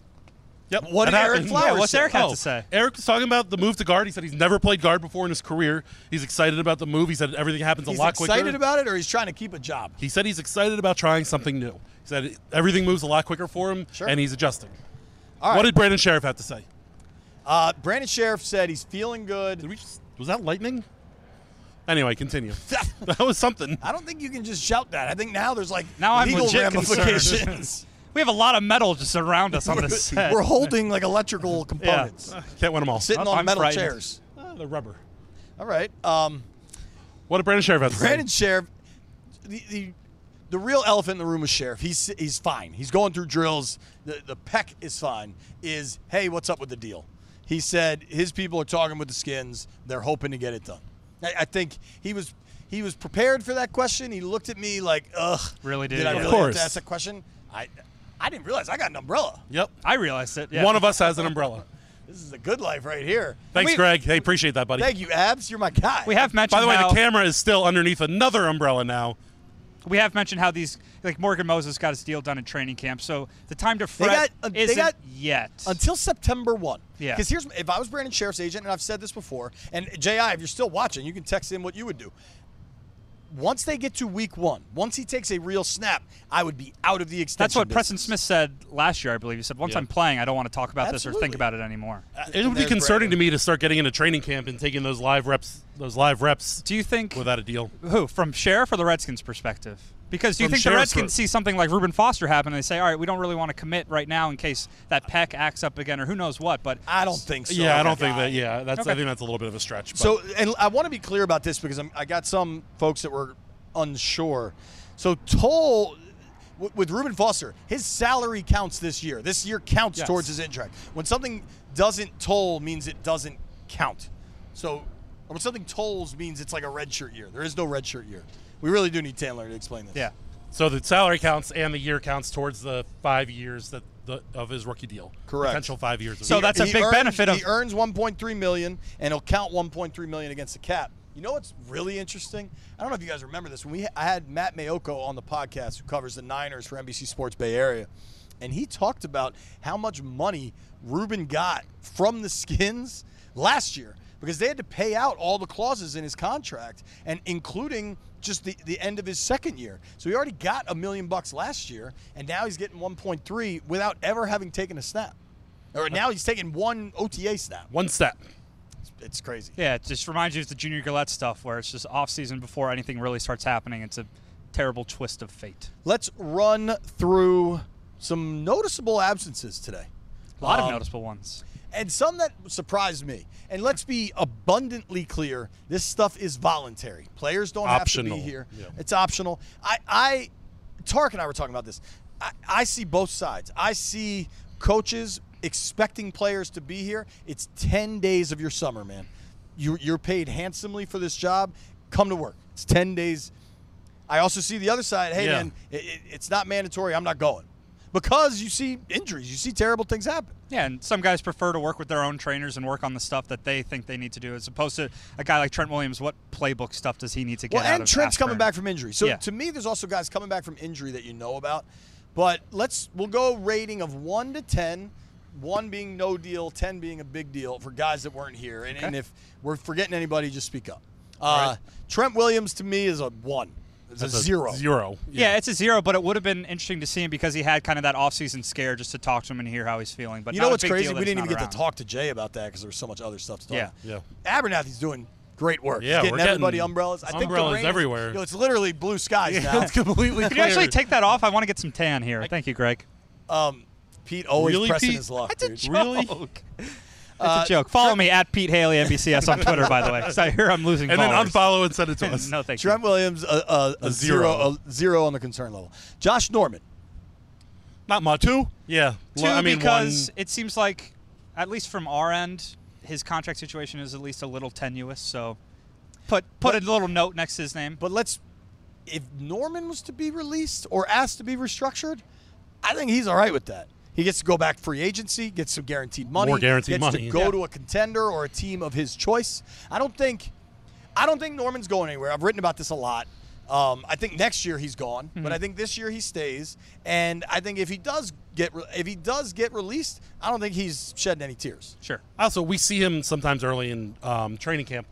Speaker 7: Yep.
Speaker 5: What
Speaker 7: that
Speaker 5: did Eric
Speaker 7: happened. Oh,
Speaker 5: Flowers Yeah, what's say?
Speaker 6: Eric have to say?
Speaker 7: Eric was talking about the move to guard. He said he's never played guard before in his career. He's excited about the move. He said everything happens
Speaker 5: He's
Speaker 7: a lot quicker.
Speaker 5: excited about it, or he's trying to keep a job.
Speaker 7: he said he's excited about trying something new. He said everything moves a lot quicker for him,
Speaker 5: Sure.
Speaker 7: and he's adjusting.
Speaker 5: All right.
Speaker 7: What did Brandon Sheriff have to say?
Speaker 5: Uh, Brandon Sheriff said he's feeling good.
Speaker 7: Did we just, was that lightning? Anyway, continue. that was something.
Speaker 5: I don't think you can just shout that. I think now there's like
Speaker 6: Now I'm
Speaker 5: legal
Speaker 6: legit concerned.
Speaker 5: ramifications.
Speaker 6: We have a lot of metal just around us on
Speaker 5: we're,
Speaker 6: this set.
Speaker 5: we're holding like electrical components,
Speaker 7: Can't win them all.
Speaker 5: sitting
Speaker 6: I'm-
Speaker 5: on
Speaker 6: I'm
Speaker 5: metal
Speaker 6: frightened.
Speaker 5: chairs.
Speaker 7: Ah, the rubber.
Speaker 5: All right. Um,
Speaker 7: What did Brandon Sheriff have to
Speaker 5: Brandon
Speaker 7: say?
Speaker 5: Sheriff, the, the the real elephant in the room is Sheriff. He's he's fine. He's going through drills. The the peck is fine. Is hey, what's up with the deal? He said his people are talking with the skins. They're hoping to get it done. I, I think he was he was prepared for that question. He looked at me like, ugh,
Speaker 6: Really did,
Speaker 5: Did I
Speaker 6: yeah. Of
Speaker 5: really have
Speaker 7: course.
Speaker 5: to ask that question? I I didn't realize I got an umbrella.
Speaker 7: Yep.
Speaker 6: I realized it. Yeah.
Speaker 7: One of us has an umbrella.
Speaker 5: This is a good life right here.
Speaker 7: Thanks,
Speaker 6: We-
Speaker 7: Greg. Hey, appreciate that, buddy.
Speaker 5: Thank you, Abs. You're my guy.
Speaker 6: We have mentioned.
Speaker 7: By the way,
Speaker 6: how-
Speaker 7: the camera is still underneath another umbrella now.
Speaker 6: we have mentioned how these like Morgan Moses got his deal done in training camp, so the time to
Speaker 5: got-
Speaker 6: fret
Speaker 5: uh, they
Speaker 6: isn't
Speaker 5: got-
Speaker 6: yet.
Speaker 5: until September one.
Speaker 6: Yeah.
Speaker 5: Because here's if I was Brandon Sheriff's agent, and I've said this before, and Ji, if you're still watching, you can text in what you would do. Once they get to week one, once he takes a real snap, I would be out of the extension.
Speaker 6: That's what Preston
Speaker 5: business.
Speaker 6: Smith said last year, I believe. He said, "Once I'm playing, I don't want to talk about this or think
Speaker 5: Absolutely.
Speaker 6: about it anymore."
Speaker 7: It
Speaker 5: Uh,
Speaker 7: would be
Speaker 5: There's
Speaker 7: concerning
Speaker 5: Brandon.
Speaker 7: to me to start getting into training camp and taking those live reps, those live reps
Speaker 6: Do you think
Speaker 7: without a deal.
Speaker 6: who from Sheriff or the Redskins' perspective? Because do you
Speaker 7: From
Speaker 6: think
Speaker 7: Sheriff's
Speaker 6: the Redskins see something like Reuben Foster happen and they say, "All right, we don't really want to commit right now in case that Peck acts up again or who knows what." But
Speaker 5: I don't think so.
Speaker 7: yeah, I don't
Speaker 5: Okay.
Speaker 7: think that. Yeah, that's. I
Speaker 6: Okay.
Speaker 7: think that's a little bit of a stretch. But
Speaker 5: So, and I want to be clear about this because I'm, I got some folks that were unsure. So, Toll w- with Reuben Foster, his salary counts this year. This year counts
Speaker 7: Yes.
Speaker 5: towards his contract. When something doesn't toll means it doesn't count. So, or when something tolls means it's like a red shirt year. There is no red shirt year. We really do need Taylor to explain this.
Speaker 6: yeah,
Speaker 7: So the salary counts and the year counts towards the five years that the, of his rookie deal.
Speaker 5: Correct.
Speaker 7: Potential five years. Of
Speaker 6: So
Speaker 7: it.
Speaker 6: that's a
Speaker 5: He
Speaker 6: big
Speaker 5: earns-
Speaker 6: benefit of-
Speaker 5: He earns 1.3 million, and he'll count 1.3 million against the cap. You know what's really interesting? I don't know if you guys remember this. When we I had Matt Mayoko on the podcast who covers the Niners for NBC Sports Bay Area, and he talked about how much money Ruben got from the Skins last year because they had to pay out all the clauses in his contract and including just the, the end of his second year. So he already got a million bucks last year and now he's getting 1.3 without ever having taken a snap. Or now he's taking one OTA snap.
Speaker 7: one step.
Speaker 5: It's crazy.
Speaker 6: yeah, it just reminds you of the Junior Gillette stuff, where it's just off season before anything really starts happening. It's a terrible twist of fate.
Speaker 5: Let's run through some noticeable absences today.
Speaker 6: A lot of
Speaker 5: Um,
Speaker 6: noticeable ones.
Speaker 5: and some that surprised me. And let's be abundantly clear: this stuff is voluntary. Players don't have
Speaker 7: Optional.
Speaker 5: to be here.
Speaker 7: Yeah.
Speaker 5: It's optional. I, I, Tark and I were talking about this. I, I see both sides. I see coaches expecting players to be here. It's 10 days of your summer, man. You, you're paid handsomely for this job. Come to work. It's 10 days. I also see the other side. Hey,
Speaker 7: Yeah.
Speaker 5: man, it, it- it's not mandatory. I'm not going. Because you see injuries, you see terrible things happen.
Speaker 6: Yeah, and some guys prefer to work with their own trainers and work on the stuff that they think they need to do, as opposed to a guy like Trent Williams. What playbook stuff does he need to get?
Speaker 5: Well,
Speaker 6: out
Speaker 5: and
Speaker 6: of
Speaker 5: Trent's coming
Speaker 6: Aspirin?
Speaker 5: back from injury. So
Speaker 6: Yeah.
Speaker 5: to me, there's also guys coming back from injury that you know about. But let's we'll go rating of one to ten, one being no deal, ten being a big deal for guys that weren't here. And, and if we're forgetting anybody, just speak up. Uh, Trent Williams to me is a one. It's a
Speaker 7: That's
Speaker 5: zero.
Speaker 7: Zero.
Speaker 6: Yeah. it's a zero, but it would have been interesting to see him because he had kind of that offseason scare just to talk to him and hear how he's feeling. But
Speaker 5: You
Speaker 6: not
Speaker 5: know
Speaker 6: a
Speaker 5: what's
Speaker 6: big
Speaker 5: crazy?
Speaker 6: deal that
Speaker 5: We didn't
Speaker 6: he's
Speaker 5: even get
Speaker 6: not
Speaker 5: to
Speaker 6: around.
Speaker 5: talk to Jay about that because there was so much other stuff to talk
Speaker 6: Yeah.
Speaker 5: about. Yeah. Abernathy's doing great work.
Speaker 7: Yeah,
Speaker 5: He's getting
Speaker 7: we're getting
Speaker 5: everybody umbrellas. I think the
Speaker 7: umbrellas
Speaker 5: rain is-
Speaker 7: everywhere.
Speaker 5: yo, it's literally blue skies now.
Speaker 7: It's completely
Speaker 6: Can you actually
Speaker 7: clear.
Speaker 6: take that off? I want to get some tan here. Thank you, Greg.
Speaker 5: Um, Pete always
Speaker 7: Really,
Speaker 5: pressing
Speaker 7: Pete?
Speaker 5: his luck.
Speaker 6: That's a
Speaker 5: dude. Uh,
Speaker 6: joke.
Speaker 7: Really?
Speaker 6: It's a joke. Follow me at Pete Haley NBCS on Twitter, by the way. 'cause I hear I'm losing
Speaker 7: and then
Speaker 6: followers.
Speaker 7: unfollow and send it to us.
Speaker 6: no, thank you.
Speaker 5: Trent Williams, uh, a, a, a,
Speaker 7: A
Speaker 5: zero.
Speaker 7: zero.
Speaker 5: a zero on the concern level. Josh Norman,
Speaker 7: Not much. Two? Yeah.
Speaker 6: Two,
Speaker 7: Well, I mean,
Speaker 6: because
Speaker 7: one-
Speaker 6: it seems like, at least from our end, his contract situation is at least a little tenuous. So put put
Speaker 5: But-
Speaker 6: a little note next to his name.
Speaker 5: but let's. If Norman was to be released or asked to be restructured, I think he's all right with that. He gets to go back free agency, gets some guaranteed money,
Speaker 7: More guaranteed
Speaker 5: gets to
Speaker 7: money,
Speaker 5: go
Speaker 7: yeah.
Speaker 5: to a contender or a team of his choice. I don't think, I don't think Norman's going anywhere. I've written about this a lot. Um, I think next year he's gone,
Speaker 7: Mm-hmm.
Speaker 5: but I think this year he stays. And I think if he does get re- if he does get released, I don't think he's shedding any tears.
Speaker 6: sure.
Speaker 7: also, we see him sometimes early in um, training camp.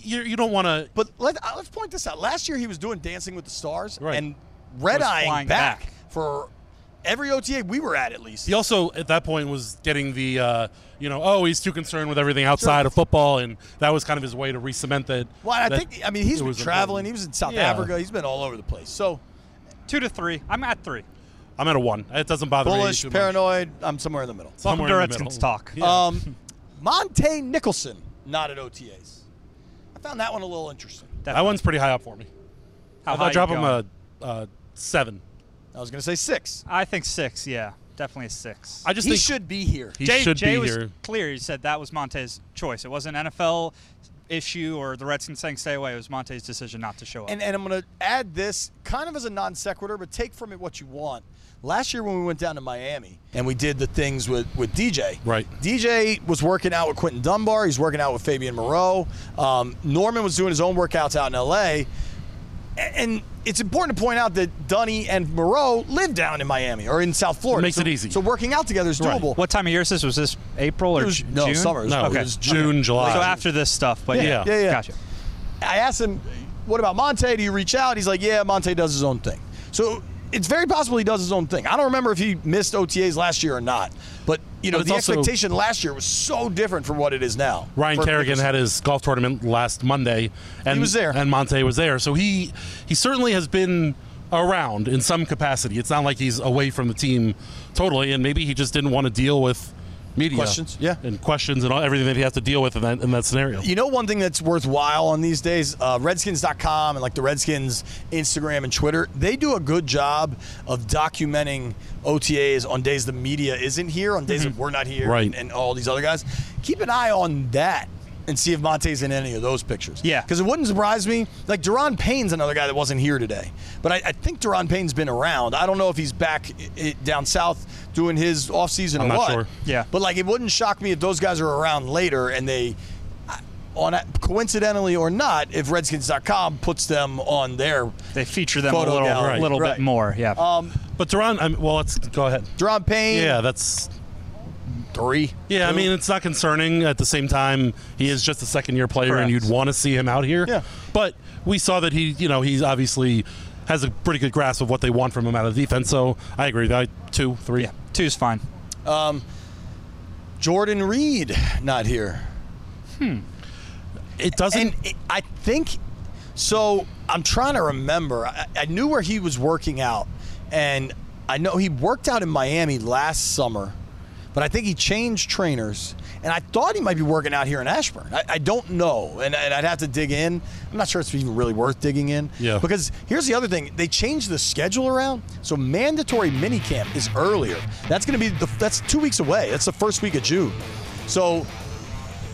Speaker 7: You, you don't want to.
Speaker 5: But let, uh, let's point this out. Last year he was doing Dancing with the Stars
Speaker 7: Right.
Speaker 5: and red eyeing
Speaker 6: flying
Speaker 5: back,
Speaker 6: back.
Speaker 5: for every OTA we were at at least.
Speaker 7: He also, at that point, was getting the, uh, you know, oh, he's too concerned with everything outside of football, and that was kind of his way to re-cement that.
Speaker 5: Well, and I
Speaker 7: that
Speaker 5: think I mean he's
Speaker 7: it
Speaker 5: been
Speaker 7: was
Speaker 5: traveling.
Speaker 7: important.
Speaker 5: He was in South
Speaker 7: Yeah.
Speaker 5: Africa. He's been all over the place. So
Speaker 6: Two to three. I'm at three.
Speaker 7: I'm at a one. It doesn't bother
Speaker 5: bullish,
Speaker 7: me. too much.
Speaker 5: paranoid. I'm somewhere in the middle.
Speaker 6: Welcome
Speaker 7: Somewhere in
Speaker 6: to
Speaker 7: the
Speaker 6: Redskins
Speaker 7: middle.
Speaker 6: talk.
Speaker 7: Yeah.
Speaker 5: Um, Monte Nicholson not at OTAs. I found that one a little interesting.
Speaker 7: that one's pretty high up for me.
Speaker 6: How
Speaker 7: I'll
Speaker 6: high you
Speaker 7: drop him
Speaker 6: going?
Speaker 7: a, a seven.
Speaker 5: I was going to say six.
Speaker 6: I think six. Yeah, definitely a six.
Speaker 7: I just
Speaker 5: he
Speaker 7: think
Speaker 5: should be here.
Speaker 7: he
Speaker 6: Jay,
Speaker 7: should
Speaker 6: Jay
Speaker 7: be
Speaker 6: was
Speaker 7: here.
Speaker 6: clear. He said that was Monte's choice. It wasn't an NFL issue or the Redskins saying stay away. It was Monte's decision not to show up.
Speaker 5: And, and I'm going to add this kind of as a non sequitur, but take from it what you want. Last year when we went down to Miami and we did the things with, with DJ.
Speaker 7: Right.
Speaker 5: DJ was working out with Quentin Dunbar. He's working out with Fabian Moreau. Um, Norman was doing his own workouts out in L.A. A- And it's important to point out that Dunny and Moreau live down in Miami or in South Florida.
Speaker 7: Makes
Speaker 5: So-
Speaker 7: it easy.
Speaker 5: So working out together is
Speaker 7: Right.
Speaker 5: doable.
Speaker 6: what time of year is this? Was this April or
Speaker 5: It was-
Speaker 6: Ju-
Speaker 5: no,
Speaker 6: June?
Speaker 5: summer. It was-
Speaker 7: No,
Speaker 6: okay.
Speaker 7: it was June, July.
Speaker 6: So after this stuff, but yeah,
Speaker 7: Yeah,
Speaker 5: yeah.
Speaker 6: gotcha.
Speaker 5: I asked him, "What about Monte? Do you reach out?" He's like, "Yeah, Monte does his own thing." So it's very possible he does his own thing. I don't remember if he missed OTAs last year or not, but you know
Speaker 7: But it's
Speaker 5: the
Speaker 7: also-
Speaker 5: expectation last year was so different from what it is now.
Speaker 7: Ryan
Speaker 5: For-
Speaker 7: Kerrigan had his golf tournament last Monday, and
Speaker 5: He was there.
Speaker 7: and Monte was there. So he he certainly has been around in some capacity. It's not like he's away from the team totally, and maybe he just didn't want to deal with media
Speaker 5: Questions, yeah.
Speaker 7: and questions and all, everything that he has to deal with in that in that scenario.
Speaker 5: You know, one thing that's worthwhile on these days, uh, Redskins.com and like the Redskins Instagram and Twitter, they do a good job of documenting OTAs on days the media isn't here, on days that we're not here,
Speaker 7: Right.
Speaker 5: and, and all these other guys. Keep an eye on that and see if Monte's in any of those pictures.
Speaker 6: Yeah.
Speaker 5: Because it wouldn't surprise me. Like, Deron Payne's another guy that wasn't here today. But I, I think Deron Payne's been around. I don't know if he's back i- i- down south doing his offseason or
Speaker 7: I'm not
Speaker 5: what.
Speaker 7: sure.
Speaker 6: Yeah.
Speaker 5: But like, it wouldn't shock me if those guys are around later and they, on coincidentally or not, if Redskins.com puts them on their.
Speaker 6: They feature them
Speaker 5: Photo
Speaker 6: a little,
Speaker 5: gallery.
Speaker 6: little
Speaker 5: Right.
Speaker 6: bit more. Yeah.
Speaker 5: Um,
Speaker 7: But Duran, I'm, well, let's go ahead.
Speaker 5: Deron Payne.
Speaker 7: Yeah, that's
Speaker 5: Three.
Speaker 7: yeah. I
Speaker 5: Two.
Speaker 7: mean, it's not concerning. At the same time, he is just a second year player, and
Speaker 6: Correct.
Speaker 7: you'd want to see him out here.
Speaker 5: Yeah.
Speaker 7: But we saw that he, you know, he's obviously has a pretty good grasp of what they want from him out of the defense. So I agree. I, two, three.
Speaker 6: yeah. Two's fine.
Speaker 5: Jordan Reed, not here.
Speaker 7: It doesn't.
Speaker 5: And it, I think so. I'm trying to remember. I, I knew where he was working out, and I know he worked out in Miami last summer, but I think he changed trainers, and I thought he might be working out here in Ashburn. I, I don't know, and, and I'd have to dig in. I'm not sure it's even really worth digging in.
Speaker 7: Yeah.
Speaker 5: Because here's the other thing: they changed the schedule around, so mandatory minicamp is earlier. That's going to be the, that's two weeks away. That's the first week of June. So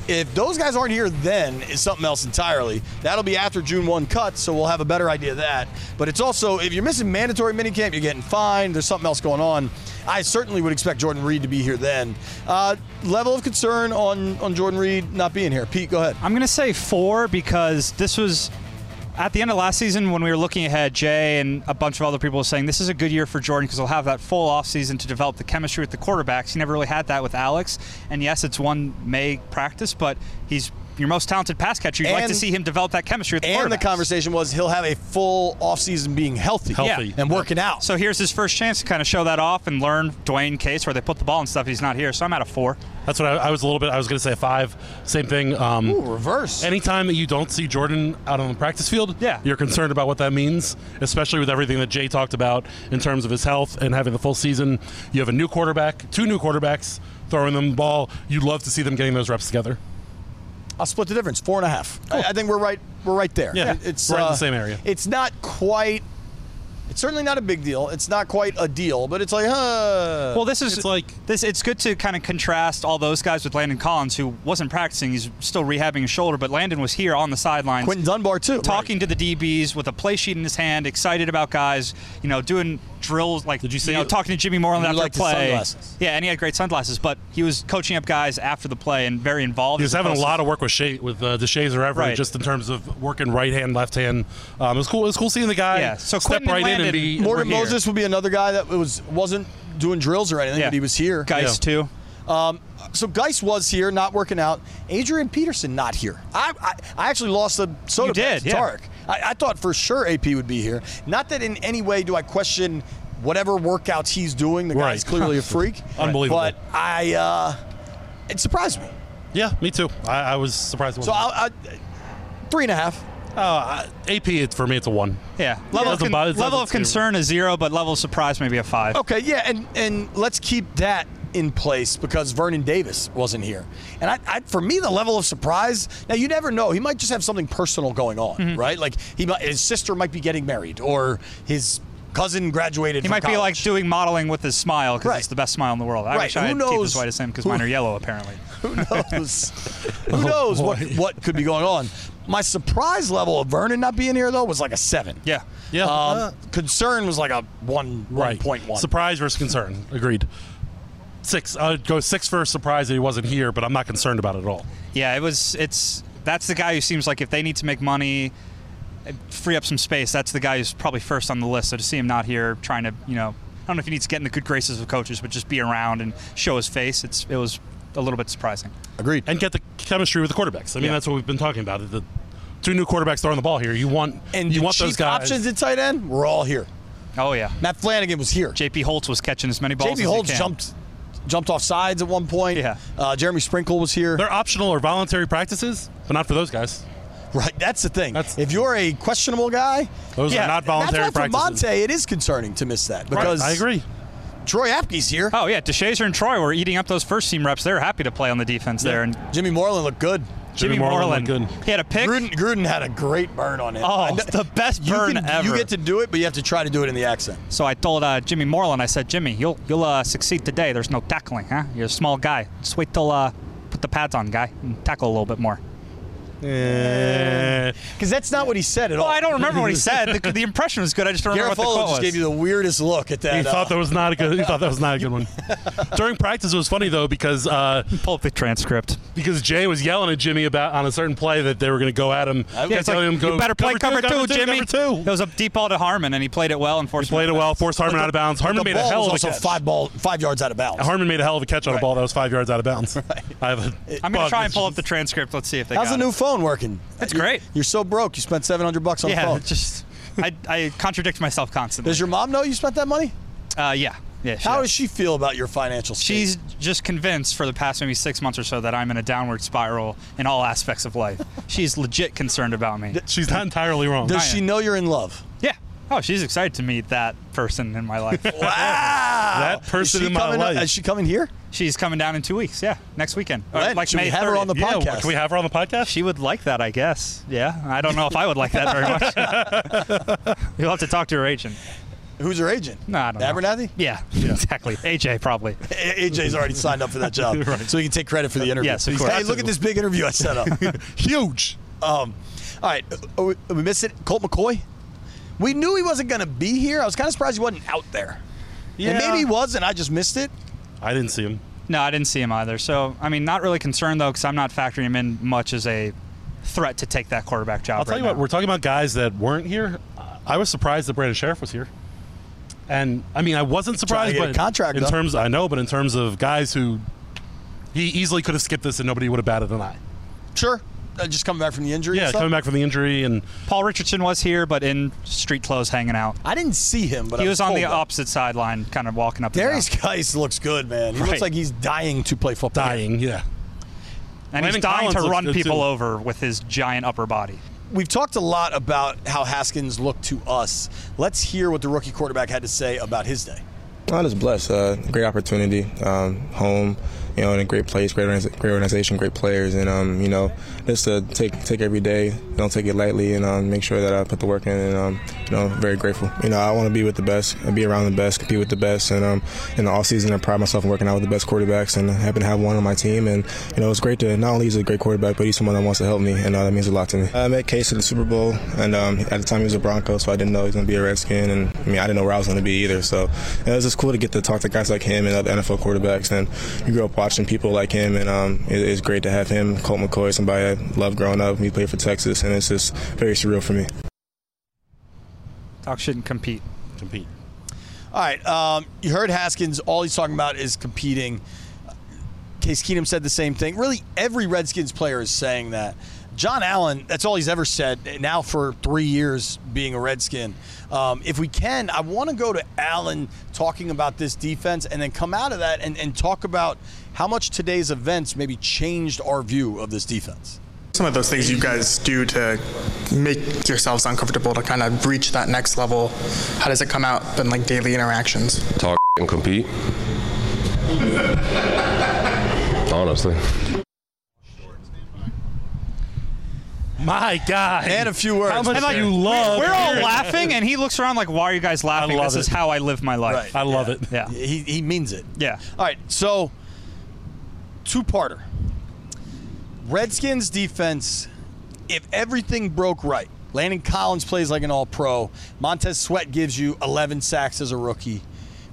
Speaker 5: if those guys aren't here, then it's something else entirely. That'll be after June 1 cut, so we'll have a better idea of that. But it's also, if you're missing mandatory minicamp, you're getting fined. There's something else going on. I certainly would expect Jordan Reed to be here then. Uh, level of concern on, on Jordan Reed not being here. Pete, go ahead.
Speaker 6: I'm going to say four because this was at the end of last season when we were looking ahead. Jay and a bunch of other people were saying this is a good year for Jordan because he'll have that full offseason to develop the chemistry with the quarterbacks. He never really had that with Alex. And yes, it's one May practice, but he's your most talented pass catcher. You'd like to
Speaker 5: And-
Speaker 6: see him develop that chemistry with the
Speaker 5: And the
Speaker 6: quarterbacks.
Speaker 5: conversation was he'll have a full offseason being healthy,
Speaker 7: Healthy.
Speaker 5: and working out.
Speaker 6: So here's his first chance to kind of show that off and learn Dwayne Case where they put the ball and stuff. He's not here, so I'm at a four.
Speaker 7: That's what I, I was a little bit. I was going to say five. Same thing. Um,
Speaker 5: Ooh, reverse.
Speaker 7: Anytime that you don't see Jordan out on the practice field,
Speaker 6: Yeah.
Speaker 7: you're concerned about what that means, especially with everything that Jay talked about in terms of his health and having the full season. You have a new quarterback, two new quarterbacks throwing them the ball. You'd love to see them getting those reps together.
Speaker 5: I'll split the difference, four and a half. I, I think we're right. We're right there.
Speaker 7: Yeah,
Speaker 5: It- it's uh,
Speaker 7: we're right in the same area.
Speaker 5: It's not quite. It's certainly not a big deal. It's not quite a deal, but it's like, huh.
Speaker 6: Well, this is
Speaker 7: It's like-
Speaker 6: this. It's good to kind of contrast all those guys with Landon Collins, who wasn't practicing; he's still rehabbing his shoulder. But Landon was here on the sidelines,
Speaker 5: Quentin Dunbar too.
Speaker 6: talking to the DBs with a play sheet in his hand, excited about guys. You know, doing drills like
Speaker 7: Did you see
Speaker 6: know,
Speaker 7: it?
Speaker 6: talking to Jimmy Moreland
Speaker 5: You
Speaker 6: after
Speaker 5: liked
Speaker 6: the
Speaker 5: his
Speaker 6: play.
Speaker 5: sunglasses.
Speaker 6: Yeah, and he had great sunglasses, but he was coaching up guys after the play and very involved.
Speaker 7: He was
Speaker 6: as
Speaker 7: having a
Speaker 6: opposed to-
Speaker 7: lot of work with Shea, with uh, DeShays or Everett,
Speaker 6: Right.
Speaker 7: just in terms of working right hand, left hand. Um, it was cool. It was cool seeing the guy
Speaker 6: Yeah, so
Speaker 7: step
Speaker 6: Quentin and
Speaker 7: right in and
Speaker 6: Landon-
Speaker 7: be
Speaker 5: Morgan
Speaker 7: we're here.
Speaker 5: Moses would be another guy that was wasn't doing drills or anything,
Speaker 6: Yeah.
Speaker 5: but he was here.
Speaker 6: guys too.
Speaker 5: Um, So Geis was here, not working out. Adrian Peterson not here. I I, I actually lost the soda
Speaker 6: You
Speaker 5: bet
Speaker 6: did,
Speaker 5: to
Speaker 6: yeah.
Speaker 5: Tarek. I, I thought for sure AP would be here. Not that in any way do I question whatever workouts he's doing. The guy's
Speaker 7: Right.
Speaker 5: clearly a freak.
Speaker 7: Unbelievable.
Speaker 5: But I, uh, it surprised me.
Speaker 7: Yeah, me too. I, I was surprised. it
Speaker 5: So
Speaker 7: wasn't.
Speaker 5: I, I, three and a half.
Speaker 7: Uh, AP, it's, for me, it's a one.
Speaker 6: Yeah, level
Speaker 7: it
Speaker 6: of,
Speaker 7: doesn't
Speaker 6: con-
Speaker 7: bother- it
Speaker 6: level
Speaker 7: doesn't
Speaker 6: of
Speaker 7: scare me.
Speaker 6: concern is zero, but level of surprise maybe a five.
Speaker 5: Okay, yeah, and and let's keep that in place because Vernon Davis wasn't here, and I, I for me the level of surprise. Now you never know; he might just have something personal going on, right? Like he might, his sister might be getting married, or his cousin graduated.
Speaker 6: He
Speaker 5: from
Speaker 6: might be like
Speaker 5: college.
Speaker 6: doing modeling with his smile because
Speaker 5: Right.
Speaker 6: it's the best smile in the world. I
Speaker 5: Right.
Speaker 6: wish I
Speaker 5: Who
Speaker 6: had teeth
Speaker 5: knows?
Speaker 6: as white as him because
Speaker 5: Who-
Speaker 6: mine are yellow apparently.
Speaker 5: Who knows? Who knows what, what could be going on? My surprise level of Vernon not being here though was like a seven.
Speaker 6: Yeah.
Speaker 7: Yeah.
Speaker 5: Um, concern was like a one one point one.
Speaker 7: Surprise versus concern. Agreed. Six. I'd go six for surprise that he wasn't here, but I'm not concerned about it at all.
Speaker 6: Yeah, it was. It's that's the guy who seems like if they need to make money, uh, free up some space. That's the guy who's probably first on the list. So to see him not here, trying to you know, I don't know if he needs to get in the good graces of coaches, but just be around and show his face. It's it was a little bit surprising.
Speaker 5: Agreed.
Speaker 7: And get the chemistry with the quarterbacks. I mean,
Speaker 6: Yeah.
Speaker 7: that's what we've been talking about. The two new quarterbacks throwing the ball here. You want
Speaker 5: And
Speaker 7: you
Speaker 5: the
Speaker 7: want those
Speaker 5: cheap
Speaker 7: guys.
Speaker 5: options at tight end were all here.
Speaker 6: Oh yeah,
Speaker 5: Matt Flanagan was here.
Speaker 6: JP Holtz was catching as many balls.
Speaker 5: JP
Speaker 6: as he
Speaker 5: Holtz
Speaker 6: can.
Speaker 5: jumped jumped off sides at one point.
Speaker 6: Yeah.
Speaker 5: Uh, Jeremy Sprinkle was here.
Speaker 7: They're optional or voluntary practices, but not for those guys.
Speaker 5: right. That's the thing.
Speaker 7: That's-
Speaker 5: if you're a questionable guy,
Speaker 7: Those are not voluntary
Speaker 5: that's why
Speaker 7: practices.
Speaker 5: For Monte, it is concerning to miss that
Speaker 7: Right,
Speaker 5: because
Speaker 7: I agree.
Speaker 5: Troy Apke's here.
Speaker 6: Oh yeah, DeShazer and Troy were eating up those first team reps. They were happy to play on the defense there, and
Speaker 5: Jimmy Moreland looked good.
Speaker 6: Jimmy,
Speaker 7: Jimmy
Speaker 6: Moreland,
Speaker 7: Moreland
Speaker 6: he had a pick.
Speaker 5: Gruden, Gruden had a great burn on him.
Speaker 6: Oh,
Speaker 5: I kn-
Speaker 6: the best
Speaker 5: you
Speaker 6: burn
Speaker 5: can- You
Speaker 6: ever.
Speaker 5: get to do it, but you have to try to do it in the accent.
Speaker 6: So I told uh, Jimmy Moreland, I said, Jimmy, you'll you'll uh, succeed today. There's no tackling, huh? You're a small guy. Just wait till uh, put the pads on, guy, and tackle a little bit more.
Speaker 7: Uh,
Speaker 5: Because that's not what he said at all.
Speaker 6: Well, I don't remember what he said. The, the impression was good. I just don't remember what the
Speaker 5: Garofalo
Speaker 6: quote
Speaker 5: just
Speaker 6: was.
Speaker 5: gave you the weirdest look at that.
Speaker 7: He
Speaker 5: uh,
Speaker 7: thought that was not a good. He thought that was not a good one. During practice, it was funny though because uh,
Speaker 6: Pull up the transcript.
Speaker 7: because Jay was yelling at Jimmy about on a certain play that they were going to go at him.
Speaker 6: Yeah, it's
Speaker 7: telling
Speaker 6: like,
Speaker 7: him, go,
Speaker 6: you better play cover, two, Jimmy.
Speaker 7: Cover
Speaker 6: It
Speaker 7: two.
Speaker 6: was a deep ball to Harmon, and he played it well and forced.
Speaker 7: Played it
Speaker 6: him out
Speaker 7: well,
Speaker 6: of
Speaker 7: forced Harmon out of bounds. Harmon
Speaker 5: the
Speaker 7: made a
Speaker 5: ball
Speaker 7: hell of a
Speaker 5: was also
Speaker 7: catch.
Speaker 5: five ball, five yards out of bounds.
Speaker 7: Harmon made a hell of a catch on a ball that was five yards out of bounds. I have a
Speaker 6: bounds. I'm gonna
Speaker 7: bug
Speaker 6: try and
Speaker 7: that's
Speaker 6: pull up
Speaker 7: just-
Speaker 6: the transcript. Let's see if they.
Speaker 5: How's
Speaker 6: got
Speaker 5: the
Speaker 6: it.
Speaker 5: new phone working?
Speaker 6: It's
Speaker 5: You-
Speaker 6: great.
Speaker 5: You're so broke. You spent 700 bucks on the
Speaker 6: Yeah,
Speaker 5: phone.
Speaker 6: it's just I, I contradict myself constantly.
Speaker 5: Does your mom know you spent that money?
Speaker 6: uh, yeah, yeah. she
Speaker 5: How
Speaker 6: does.
Speaker 5: does she feel about your financial state?
Speaker 6: She's just convinced for the past maybe six months or so that I'm in a downward spiral in all aspects of life. She's legit concerned about me.
Speaker 7: She's not entirely wrong.
Speaker 5: Does
Speaker 6: I
Speaker 5: she
Speaker 6: am.
Speaker 5: know you're in love?
Speaker 6: Yeah. Oh, she's excited to meet that person in my life.
Speaker 5: Wow.
Speaker 7: That person
Speaker 5: Is she
Speaker 7: in my
Speaker 5: coming-
Speaker 7: life.
Speaker 5: Is she coming here?
Speaker 6: She's coming down in two weeks. Yeah, next weekend. Or,
Speaker 5: When? Should we have her on the
Speaker 6: 30th.
Speaker 5: podcast?
Speaker 7: Can we have her on the podcast?
Speaker 6: She would like that, I guess. Yeah, I don't know if I would like that very much. You'll have to talk to her agent.
Speaker 5: Who's her agent?
Speaker 6: No, I don't know.
Speaker 5: Abernathy?
Speaker 6: Yeah, exactly. AJ probably.
Speaker 5: A- AJ's already signed up for that job, so he can take credit for the interview.
Speaker 6: yes, of course.
Speaker 5: Hey, look at this big interview I set up. Huge. Um, all right, uh, we, we missed it. Colt McCoy. We knew he wasn't going to be here. I was kind of surprised he wasn't out there. And maybe he was, and I just missed it.
Speaker 7: I didn't see him.
Speaker 6: No, I didn't see him either. So, I mean, not really concerned though, because I'm not factoring him in much as a threat to take that quarterback job.
Speaker 7: I'll tell
Speaker 6: right
Speaker 7: you what,
Speaker 6: now.
Speaker 7: we're talking about guys that weren't here. I was surprised that Brandon Sheriff was here. And I mean, I wasn't
Speaker 5: Trying to
Speaker 7: surprised,
Speaker 5: get a
Speaker 7: but
Speaker 5: contract,
Speaker 7: in
Speaker 5: though.
Speaker 7: terms, I know, but in terms of guys who he easily could have skipped this and nobody would have batted an eye.
Speaker 5: Sure. Uh, just coming back from the injury. and
Speaker 7: Yeah,
Speaker 5: stuff.
Speaker 7: coming back from the injury and
Speaker 6: Paul Richardson was here, but in street clothes, hanging out.
Speaker 5: I didn't see him, but I
Speaker 6: He was on
Speaker 5: told
Speaker 6: the
Speaker 5: that.
Speaker 6: opposite sideline, kind of walking up.
Speaker 5: Darius
Speaker 6: and,
Speaker 5: Geis looks good, man. He looks
Speaker 6: Right.
Speaker 5: like he's dying to play football.
Speaker 7: dying. Yeah,
Speaker 6: down. and he's
Speaker 7: Landon
Speaker 6: dying
Speaker 7: Collins
Speaker 6: to
Speaker 7: looks
Speaker 6: run
Speaker 7: good,
Speaker 6: people
Speaker 7: too.
Speaker 6: over with his giant upper body.
Speaker 5: We've talked a lot about how Haskins looked to us. Let's hear what the rookie quarterback had to say about his day.
Speaker 9: I was blessed. Uh, great opportunity, um, home, you know, in a great place, great, organiz- great organization, great players, and um, you know, just to take take every day, don't take it lightly, and um, make sure that I put the work in. And um, you know, very grateful. You know, I want to be with the best, and be around the best, compete with the best, and um, in the off season, I pride myself in working out with the best quarterbacks, and I happen to have one on my team. And you know, it's great to not only is he a great quarterback, but he's someone that wants to help me, and uh, that means a lot to me. I met Case at the Super Bowl, and um, at the time he was a Bronco, so I didn't know he was going to be a Redskin, and I mean, I didn't know where I was going to be either. So it was just cool to get to talk to guys like him and other NFL quarterbacks, and you grow up watching people like him, and um, it, it's great to have him. Colt McCoy, somebody I loved growing up. He played for Texas, and it's just very surreal for me.
Speaker 6: Talk shouldn't compete.
Speaker 7: compete.
Speaker 5: All right, um, you heard Haskins. All he's talking about is competing. Case Keenum said the same thing. Really, every Redskins player is saying that. John Allen, that's all he's ever said now for three years being a Redskin. Um, if we can, I want to go to Allen talking about this defense and then come out of that and, and talk about how much today's events maybe changed our view of this defense.
Speaker 9: Some of those things you guys do to make yourselves uncomfortable to kind of reach that next level. How does it come out in like daily interactions?
Speaker 10: Talk and compete. Honestly.
Speaker 7: My God,
Speaker 5: And a few words.
Speaker 7: How much
Speaker 5: And, like,
Speaker 7: do you love?
Speaker 6: We're all
Speaker 7: hearing-
Speaker 6: laughing, and he looks around like, "Why are you guys laughing?
Speaker 7: love
Speaker 6: This is
Speaker 7: it.
Speaker 6: how I live my life."
Speaker 7: I love it.
Speaker 6: Yeah,
Speaker 5: He, he means it.
Speaker 6: yeah.
Speaker 5: All right, so two parter. Redskins defense, if everything broke right, Landon Collins plays like an all pro. Montez Sweat gives you 11 sacks as a rookie.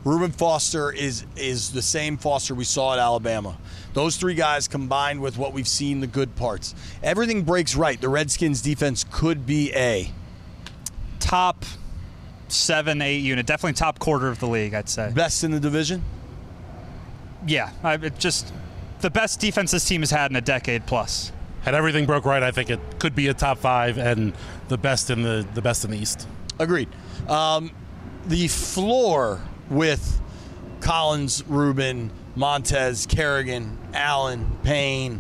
Speaker 5: Reuben Foster is is the same Foster we saw at Alabama. Those three guys combined with what we've seen the good parts. Everything breaks right. The Redskins defense could be a
Speaker 6: Top seven, eight unit, definitely top quarter of the league, I'd say.
Speaker 5: best in the division.
Speaker 6: Yeah, I, it just the best defense this team has had in a decade plus.
Speaker 7: Had everything broke right, I think it could be a top five and the best in the the best in the East.
Speaker 5: Agreed. Um, the floor with Collins, Rubin, Montez, Kerrigan, Allen, Payne,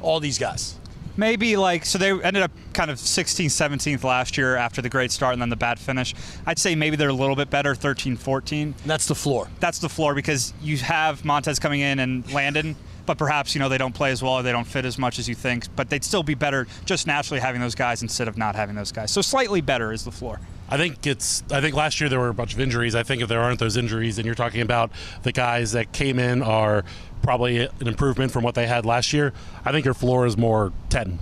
Speaker 5: all these guys.
Speaker 6: Maybe like so they ended up kind of 16th, 17th last year after the great start and then the bad finish. I'd say maybe they're a little bit better, 13, 14.
Speaker 5: And that's the floor.
Speaker 6: That's the floor because you have Montez coming in and Landon, but perhaps you know they don't play as well or they don't fit as much as you think. But they'd still be better just naturally having those guys instead of not having those guys. So slightly better is the floor.
Speaker 7: I think it's. I think last year there were a bunch of injuries. I think if there aren't those injuries, and you're talking about the guys that came in are probably an improvement from what they had last year. I think your floor is more ten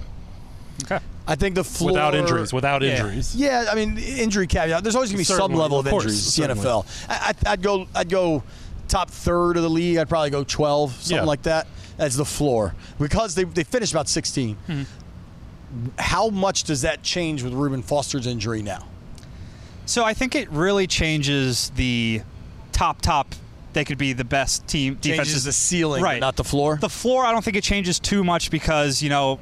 Speaker 6: Okay.
Speaker 5: I think the floor
Speaker 7: without injuries. Without
Speaker 6: Yeah.
Speaker 7: injuries,
Speaker 5: Yeah, I mean injury caveat. There's always going to be some
Speaker 7: Certainly,
Speaker 5: level of,
Speaker 7: of course,
Speaker 5: injuries in the
Speaker 7: certainly.
Speaker 5: NFL. I, I, I'd go. I'd go top third of the league. I'd probably go 12, something
Speaker 7: Yeah.
Speaker 5: like that, as the floor because they they finished about 16.
Speaker 7: Hmm.
Speaker 5: How much does that change with Reuben Foster's injury now?
Speaker 6: So I think it really changes the top top. They could be the best team.
Speaker 5: Changes
Speaker 6: defenses.
Speaker 5: the ceiling,
Speaker 6: right?
Speaker 5: not the floor.
Speaker 6: The floor, I don't think it changes too much because you know,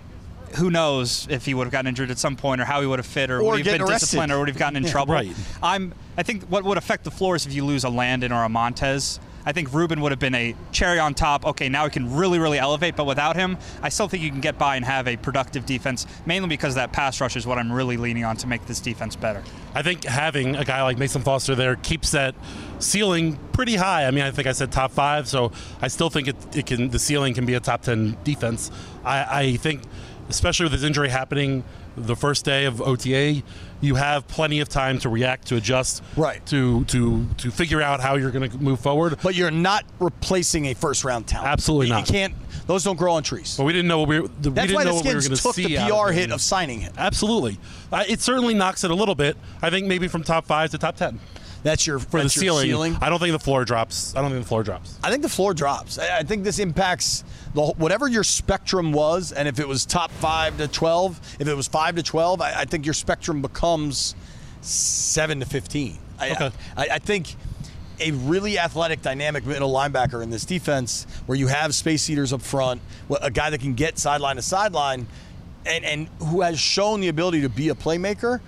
Speaker 6: who knows if he would have gotten injured at some point or how he would have fit or,
Speaker 5: Or
Speaker 6: would he have
Speaker 5: getting
Speaker 6: been
Speaker 5: arrested.
Speaker 6: disciplined or would he have gotten in trouble.
Speaker 7: right.
Speaker 6: I'm. I think what would affect the floor is if you lose a Landon or a Montez. I think Ruben would have been a cherry on top. Okay, now he can really, really elevate. But without him, I still think you can get by and have a productive defense, mainly because that pass rush is what I'm really leaning on to make this defense better.
Speaker 7: I think having a guy like Mason Foster there keeps that ceiling pretty high. I mean, I think I said top five, so I still think it, it can. The ceiling can be a top ten defense. I, I think, especially with his injury happening the first day of OTA, you have plenty of time to react, to adjust,
Speaker 5: right,
Speaker 7: to to to figure out how you're going to move forward.
Speaker 5: But you're not replacing a first round talent.
Speaker 7: Absolutely not.
Speaker 5: You can't. Those don't grow on trees.
Speaker 7: But we didn't know what we. were- The, we
Speaker 5: That's
Speaker 7: didn't
Speaker 5: why
Speaker 7: know
Speaker 5: the
Speaker 7: what we were
Speaker 5: Skins
Speaker 7: gonna
Speaker 5: took the
Speaker 7: see out
Speaker 5: PR
Speaker 7: of
Speaker 5: hit
Speaker 7: him.
Speaker 5: of signing him.
Speaker 7: Absolutely, uh, it certainly knocks it a little bit. I think maybe from top five to top ten.
Speaker 5: That's your
Speaker 7: for
Speaker 5: that's
Speaker 7: the
Speaker 5: your
Speaker 7: ceiling.
Speaker 5: ceiling?
Speaker 7: I don't think the floor drops. I don't think the floor drops.
Speaker 5: I think the floor drops. I I think this impacts the wh- whatever your spectrum was, and if it was top five to twelve, if it was five to twelve, I, I think your spectrum becomes seven to fifteen. I, I, I think a really athletic, dynamic middle linebacker in this defense, where you have space eaters up front, wh- a guy that can get sideline to sideline, and and who has shown the ability to be a playmaker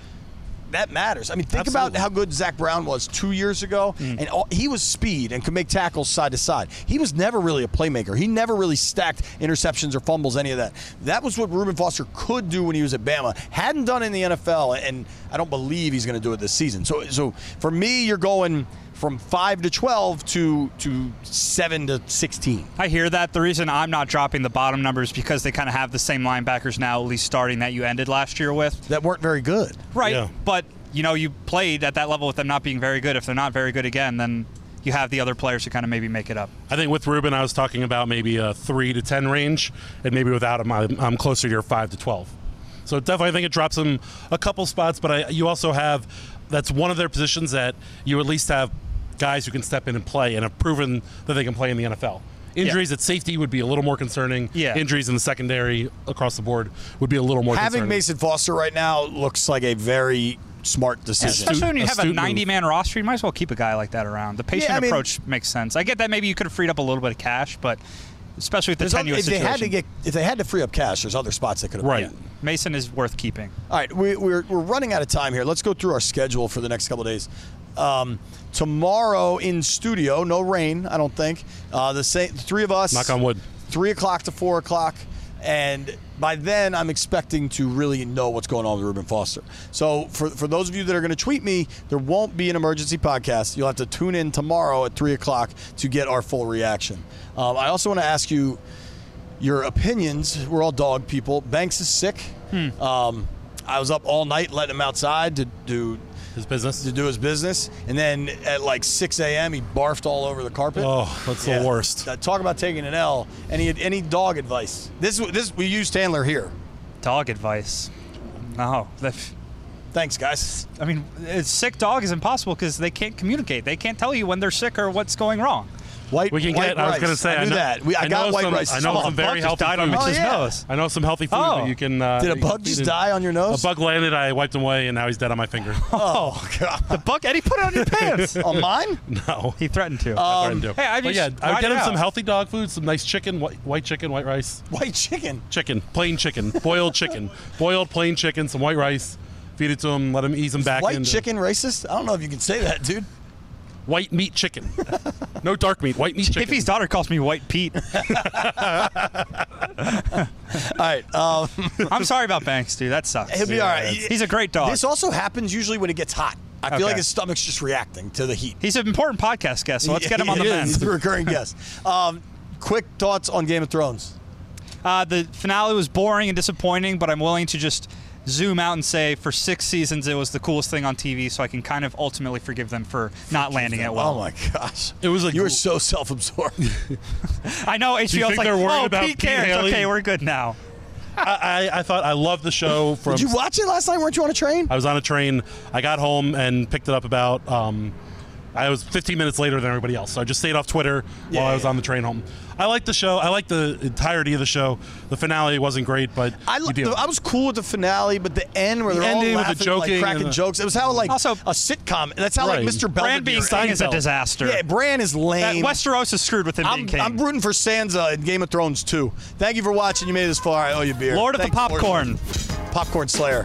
Speaker 5: that matters. I mean, think about how good Zach Brown was two years ago, and all, he was speed and could make tackles side to side. He was never really a playmaker. He never really stacked interceptions or fumbles, any of that. That was what Reuben Foster could do when he was at Bama. Hadn't done in the NFL, and I don't believe he's going to do it this season. So, so for me, you're going from five to twelve to to seven to sixteen.
Speaker 6: I hear that. The reason I'm not dropping the bottom numbers because they kind of have the same linebackers now, at least starting that you ended last year with.
Speaker 5: That weren't very good.
Speaker 6: Right.
Speaker 7: Yeah.
Speaker 6: But, you know, you played at that level with them not being very good. If they're not very good again, then you have the other players who kind of maybe make it up.
Speaker 7: I think with Ruben, I was talking about maybe a three to ten range, and maybe without him, I'm, I'm closer to your five to twelve. So definitely, I think it drops him a couple spots. But I, you also have that's one of their positions that you at least have guys who can step in and play and have proven that they can play in the NFL. Injuries at safety would be a little more concerning.
Speaker 5: Yeah.
Speaker 7: Injuries in the secondary across the board would be a little more
Speaker 5: Having
Speaker 7: concerning.
Speaker 5: Mason Foster right now looks like a very smart decision,
Speaker 6: Especially when you have a 90 man roster, you might as well keep a guy like that around. The patient
Speaker 5: I mean-
Speaker 6: approach makes sense. I get that maybe you could have freed up a little bit of cash, but especially with the
Speaker 5: There's other-
Speaker 6: tenuous
Speaker 5: if they
Speaker 6: situation.
Speaker 5: had to get if they had to free up cash, there's other spots they could have
Speaker 6: right.
Speaker 5: been.
Speaker 6: Mason is worth keeping.
Speaker 5: All right, we, we're, we're running out of time here. Let's go through our schedule for the next couple of days. Um, tomorrow in studio, no rain, I don't think. Uh, the same, three of us.
Speaker 7: Knock on wood.
Speaker 5: Three o'clock to four o'clock, and by then I'm expecting to really know what's going on with Ruben Foster. So for for those of you that are going to tweet me, there won't be an emergency podcast. You'll have to tune in tomorrow at three o'clock to get our full reaction. Um, I also want to ask you your opinions. We're all dog people. Banks is sick. Um, I was up all night letting him outside to do
Speaker 7: his business.
Speaker 5: To do his business, and then at like 6 a.m. he barfed all over the carpet.
Speaker 7: Oh, that's the worst.
Speaker 5: Uh, Talk about taking an L. Any any dog advice? This this we used Handler here.
Speaker 6: Dog advice. No.
Speaker 5: Thanks, guys.
Speaker 6: I mean, a sick dog is impossible because they can't communicate. They can't tell you when they're sick or what's going wrong.
Speaker 5: White,
Speaker 7: We can get. I was going to say.
Speaker 5: I
Speaker 7: know,
Speaker 5: knew that. We- I got
Speaker 7: know
Speaker 5: white
Speaker 7: some,
Speaker 5: rice.
Speaker 7: I know
Speaker 5: Oh,
Speaker 7: some
Speaker 5: a bug
Speaker 7: very
Speaker 5: just
Speaker 7: healthy
Speaker 5: died on
Speaker 7: food.
Speaker 5: Mitch's Oh, yeah. nose.
Speaker 7: I know some healthy food
Speaker 5: Oh.
Speaker 7: that you can. Uh,
Speaker 5: Did a
Speaker 7: that you can
Speaker 5: bug
Speaker 7: feed
Speaker 5: just
Speaker 7: in.
Speaker 5: die on your nose?
Speaker 7: A bug landed. I wiped him away, and now he's dead on my finger.
Speaker 5: Oh God!
Speaker 6: The bug, Eddie, put it on your pants.
Speaker 5: on mine?
Speaker 7: No,
Speaker 6: he threatened
Speaker 5: Um,
Speaker 6: to.
Speaker 7: I threatened to.
Speaker 6: hey, I
Speaker 7: But
Speaker 6: just
Speaker 7: yeah, I
Speaker 6: ride
Speaker 7: would get
Speaker 6: it
Speaker 7: him some
Speaker 6: out.
Speaker 7: healthy dog food, some nice chicken, white, white chicken, white rice,
Speaker 5: white chicken,
Speaker 7: chicken, plain chicken, boiled chicken, boiled plain chicken, some white rice. Feed it to him. Let him ease him back.
Speaker 5: White
Speaker 7: into-
Speaker 5: chicken racist? I don't know if you can say that, dude.
Speaker 7: White meat chicken. no dark meat. White meat chicken.
Speaker 6: Tiffy's daughter calls me White Pete.
Speaker 5: All right. Um,
Speaker 6: I'm sorry about Banks, dude. That sucks.
Speaker 5: He'll be all right.
Speaker 6: that's- He's a great dog.
Speaker 5: This also happens usually when it gets hot. I feel
Speaker 6: Okay.
Speaker 5: like his stomach's just reacting to the heat.
Speaker 6: He's an important podcast guest, so let's get him on the
Speaker 5: He is.
Speaker 6: men.
Speaker 5: He's a recurring guest. Um, quick thoughts on Game of Thrones.
Speaker 6: Uh, the finale was boring and disappointing, but I'm willing to just zoom out and say for six seasons it was the coolest thing on TV, so I can kind of ultimately forgive them for not landing it well.
Speaker 5: Oh my gosh!
Speaker 7: It was like
Speaker 5: You were so self-absorbed.
Speaker 6: I know HBO's
Speaker 7: Do you think
Speaker 6: like,
Speaker 7: they're worried
Speaker 6: oh,
Speaker 7: about
Speaker 6: Pete
Speaker 7: Pete
Speaker 6: cares.
Speaker 7: Haley?"
Speaker 6: Okay, we're good now.
Speaker 7: I, I, I thought I loved the show from
Speaker 5: Did you watch it last night? Weren't you on a train?
Speaker 7: I was on a train. I got home and picked it up about. Um, I was 15 minutes later than everybody else, so I just stayed off Twitter while I was on the train home. I liked the show. I liked the entirety of the show. The finale wasn't great, but
Speaker 5: I,
Speaker 7: you
Speaker 5: lo-
Speaker 7: deal.
Speaker 5: I was cool with the finale, but the end where
Speaker 7: The
Speaker 5: they're all
Speaker 7: ending with
Speaker 5: laughing,
Speaker 7: the
Speaker 5: like
Speaker 7: joking
Speaker 5: cracking
Speaker 7: and the-
Speaker 5: jokes. It was how like
Speaker 6: Also-
Speaker 5: a sitcom. That's how
Speaker 7: Right.
Speaker 5: like Mr.
Speaker 6: Brand being
Speaker 5: Belvedere.
Speaker 6: king is a
Speaker 7: Seinfeld.
Speaker 6: disaster.
Speaker 5: Yeah, Bran is lame.
Speaker 6: That Westeros is screwed with him
Speaker 5: I'm,
Speaker 6: being king.
Speaker 5: I'm rooting for Sansa in Game of Thrones too. Thank you for watching. You made it this far. I owe you a beer.
Speaker 6: Lord of the
Speaker 5: Thanks, Lord.
Speaker 6: Popcorn.
Speaker 5: Popcorn Slayer.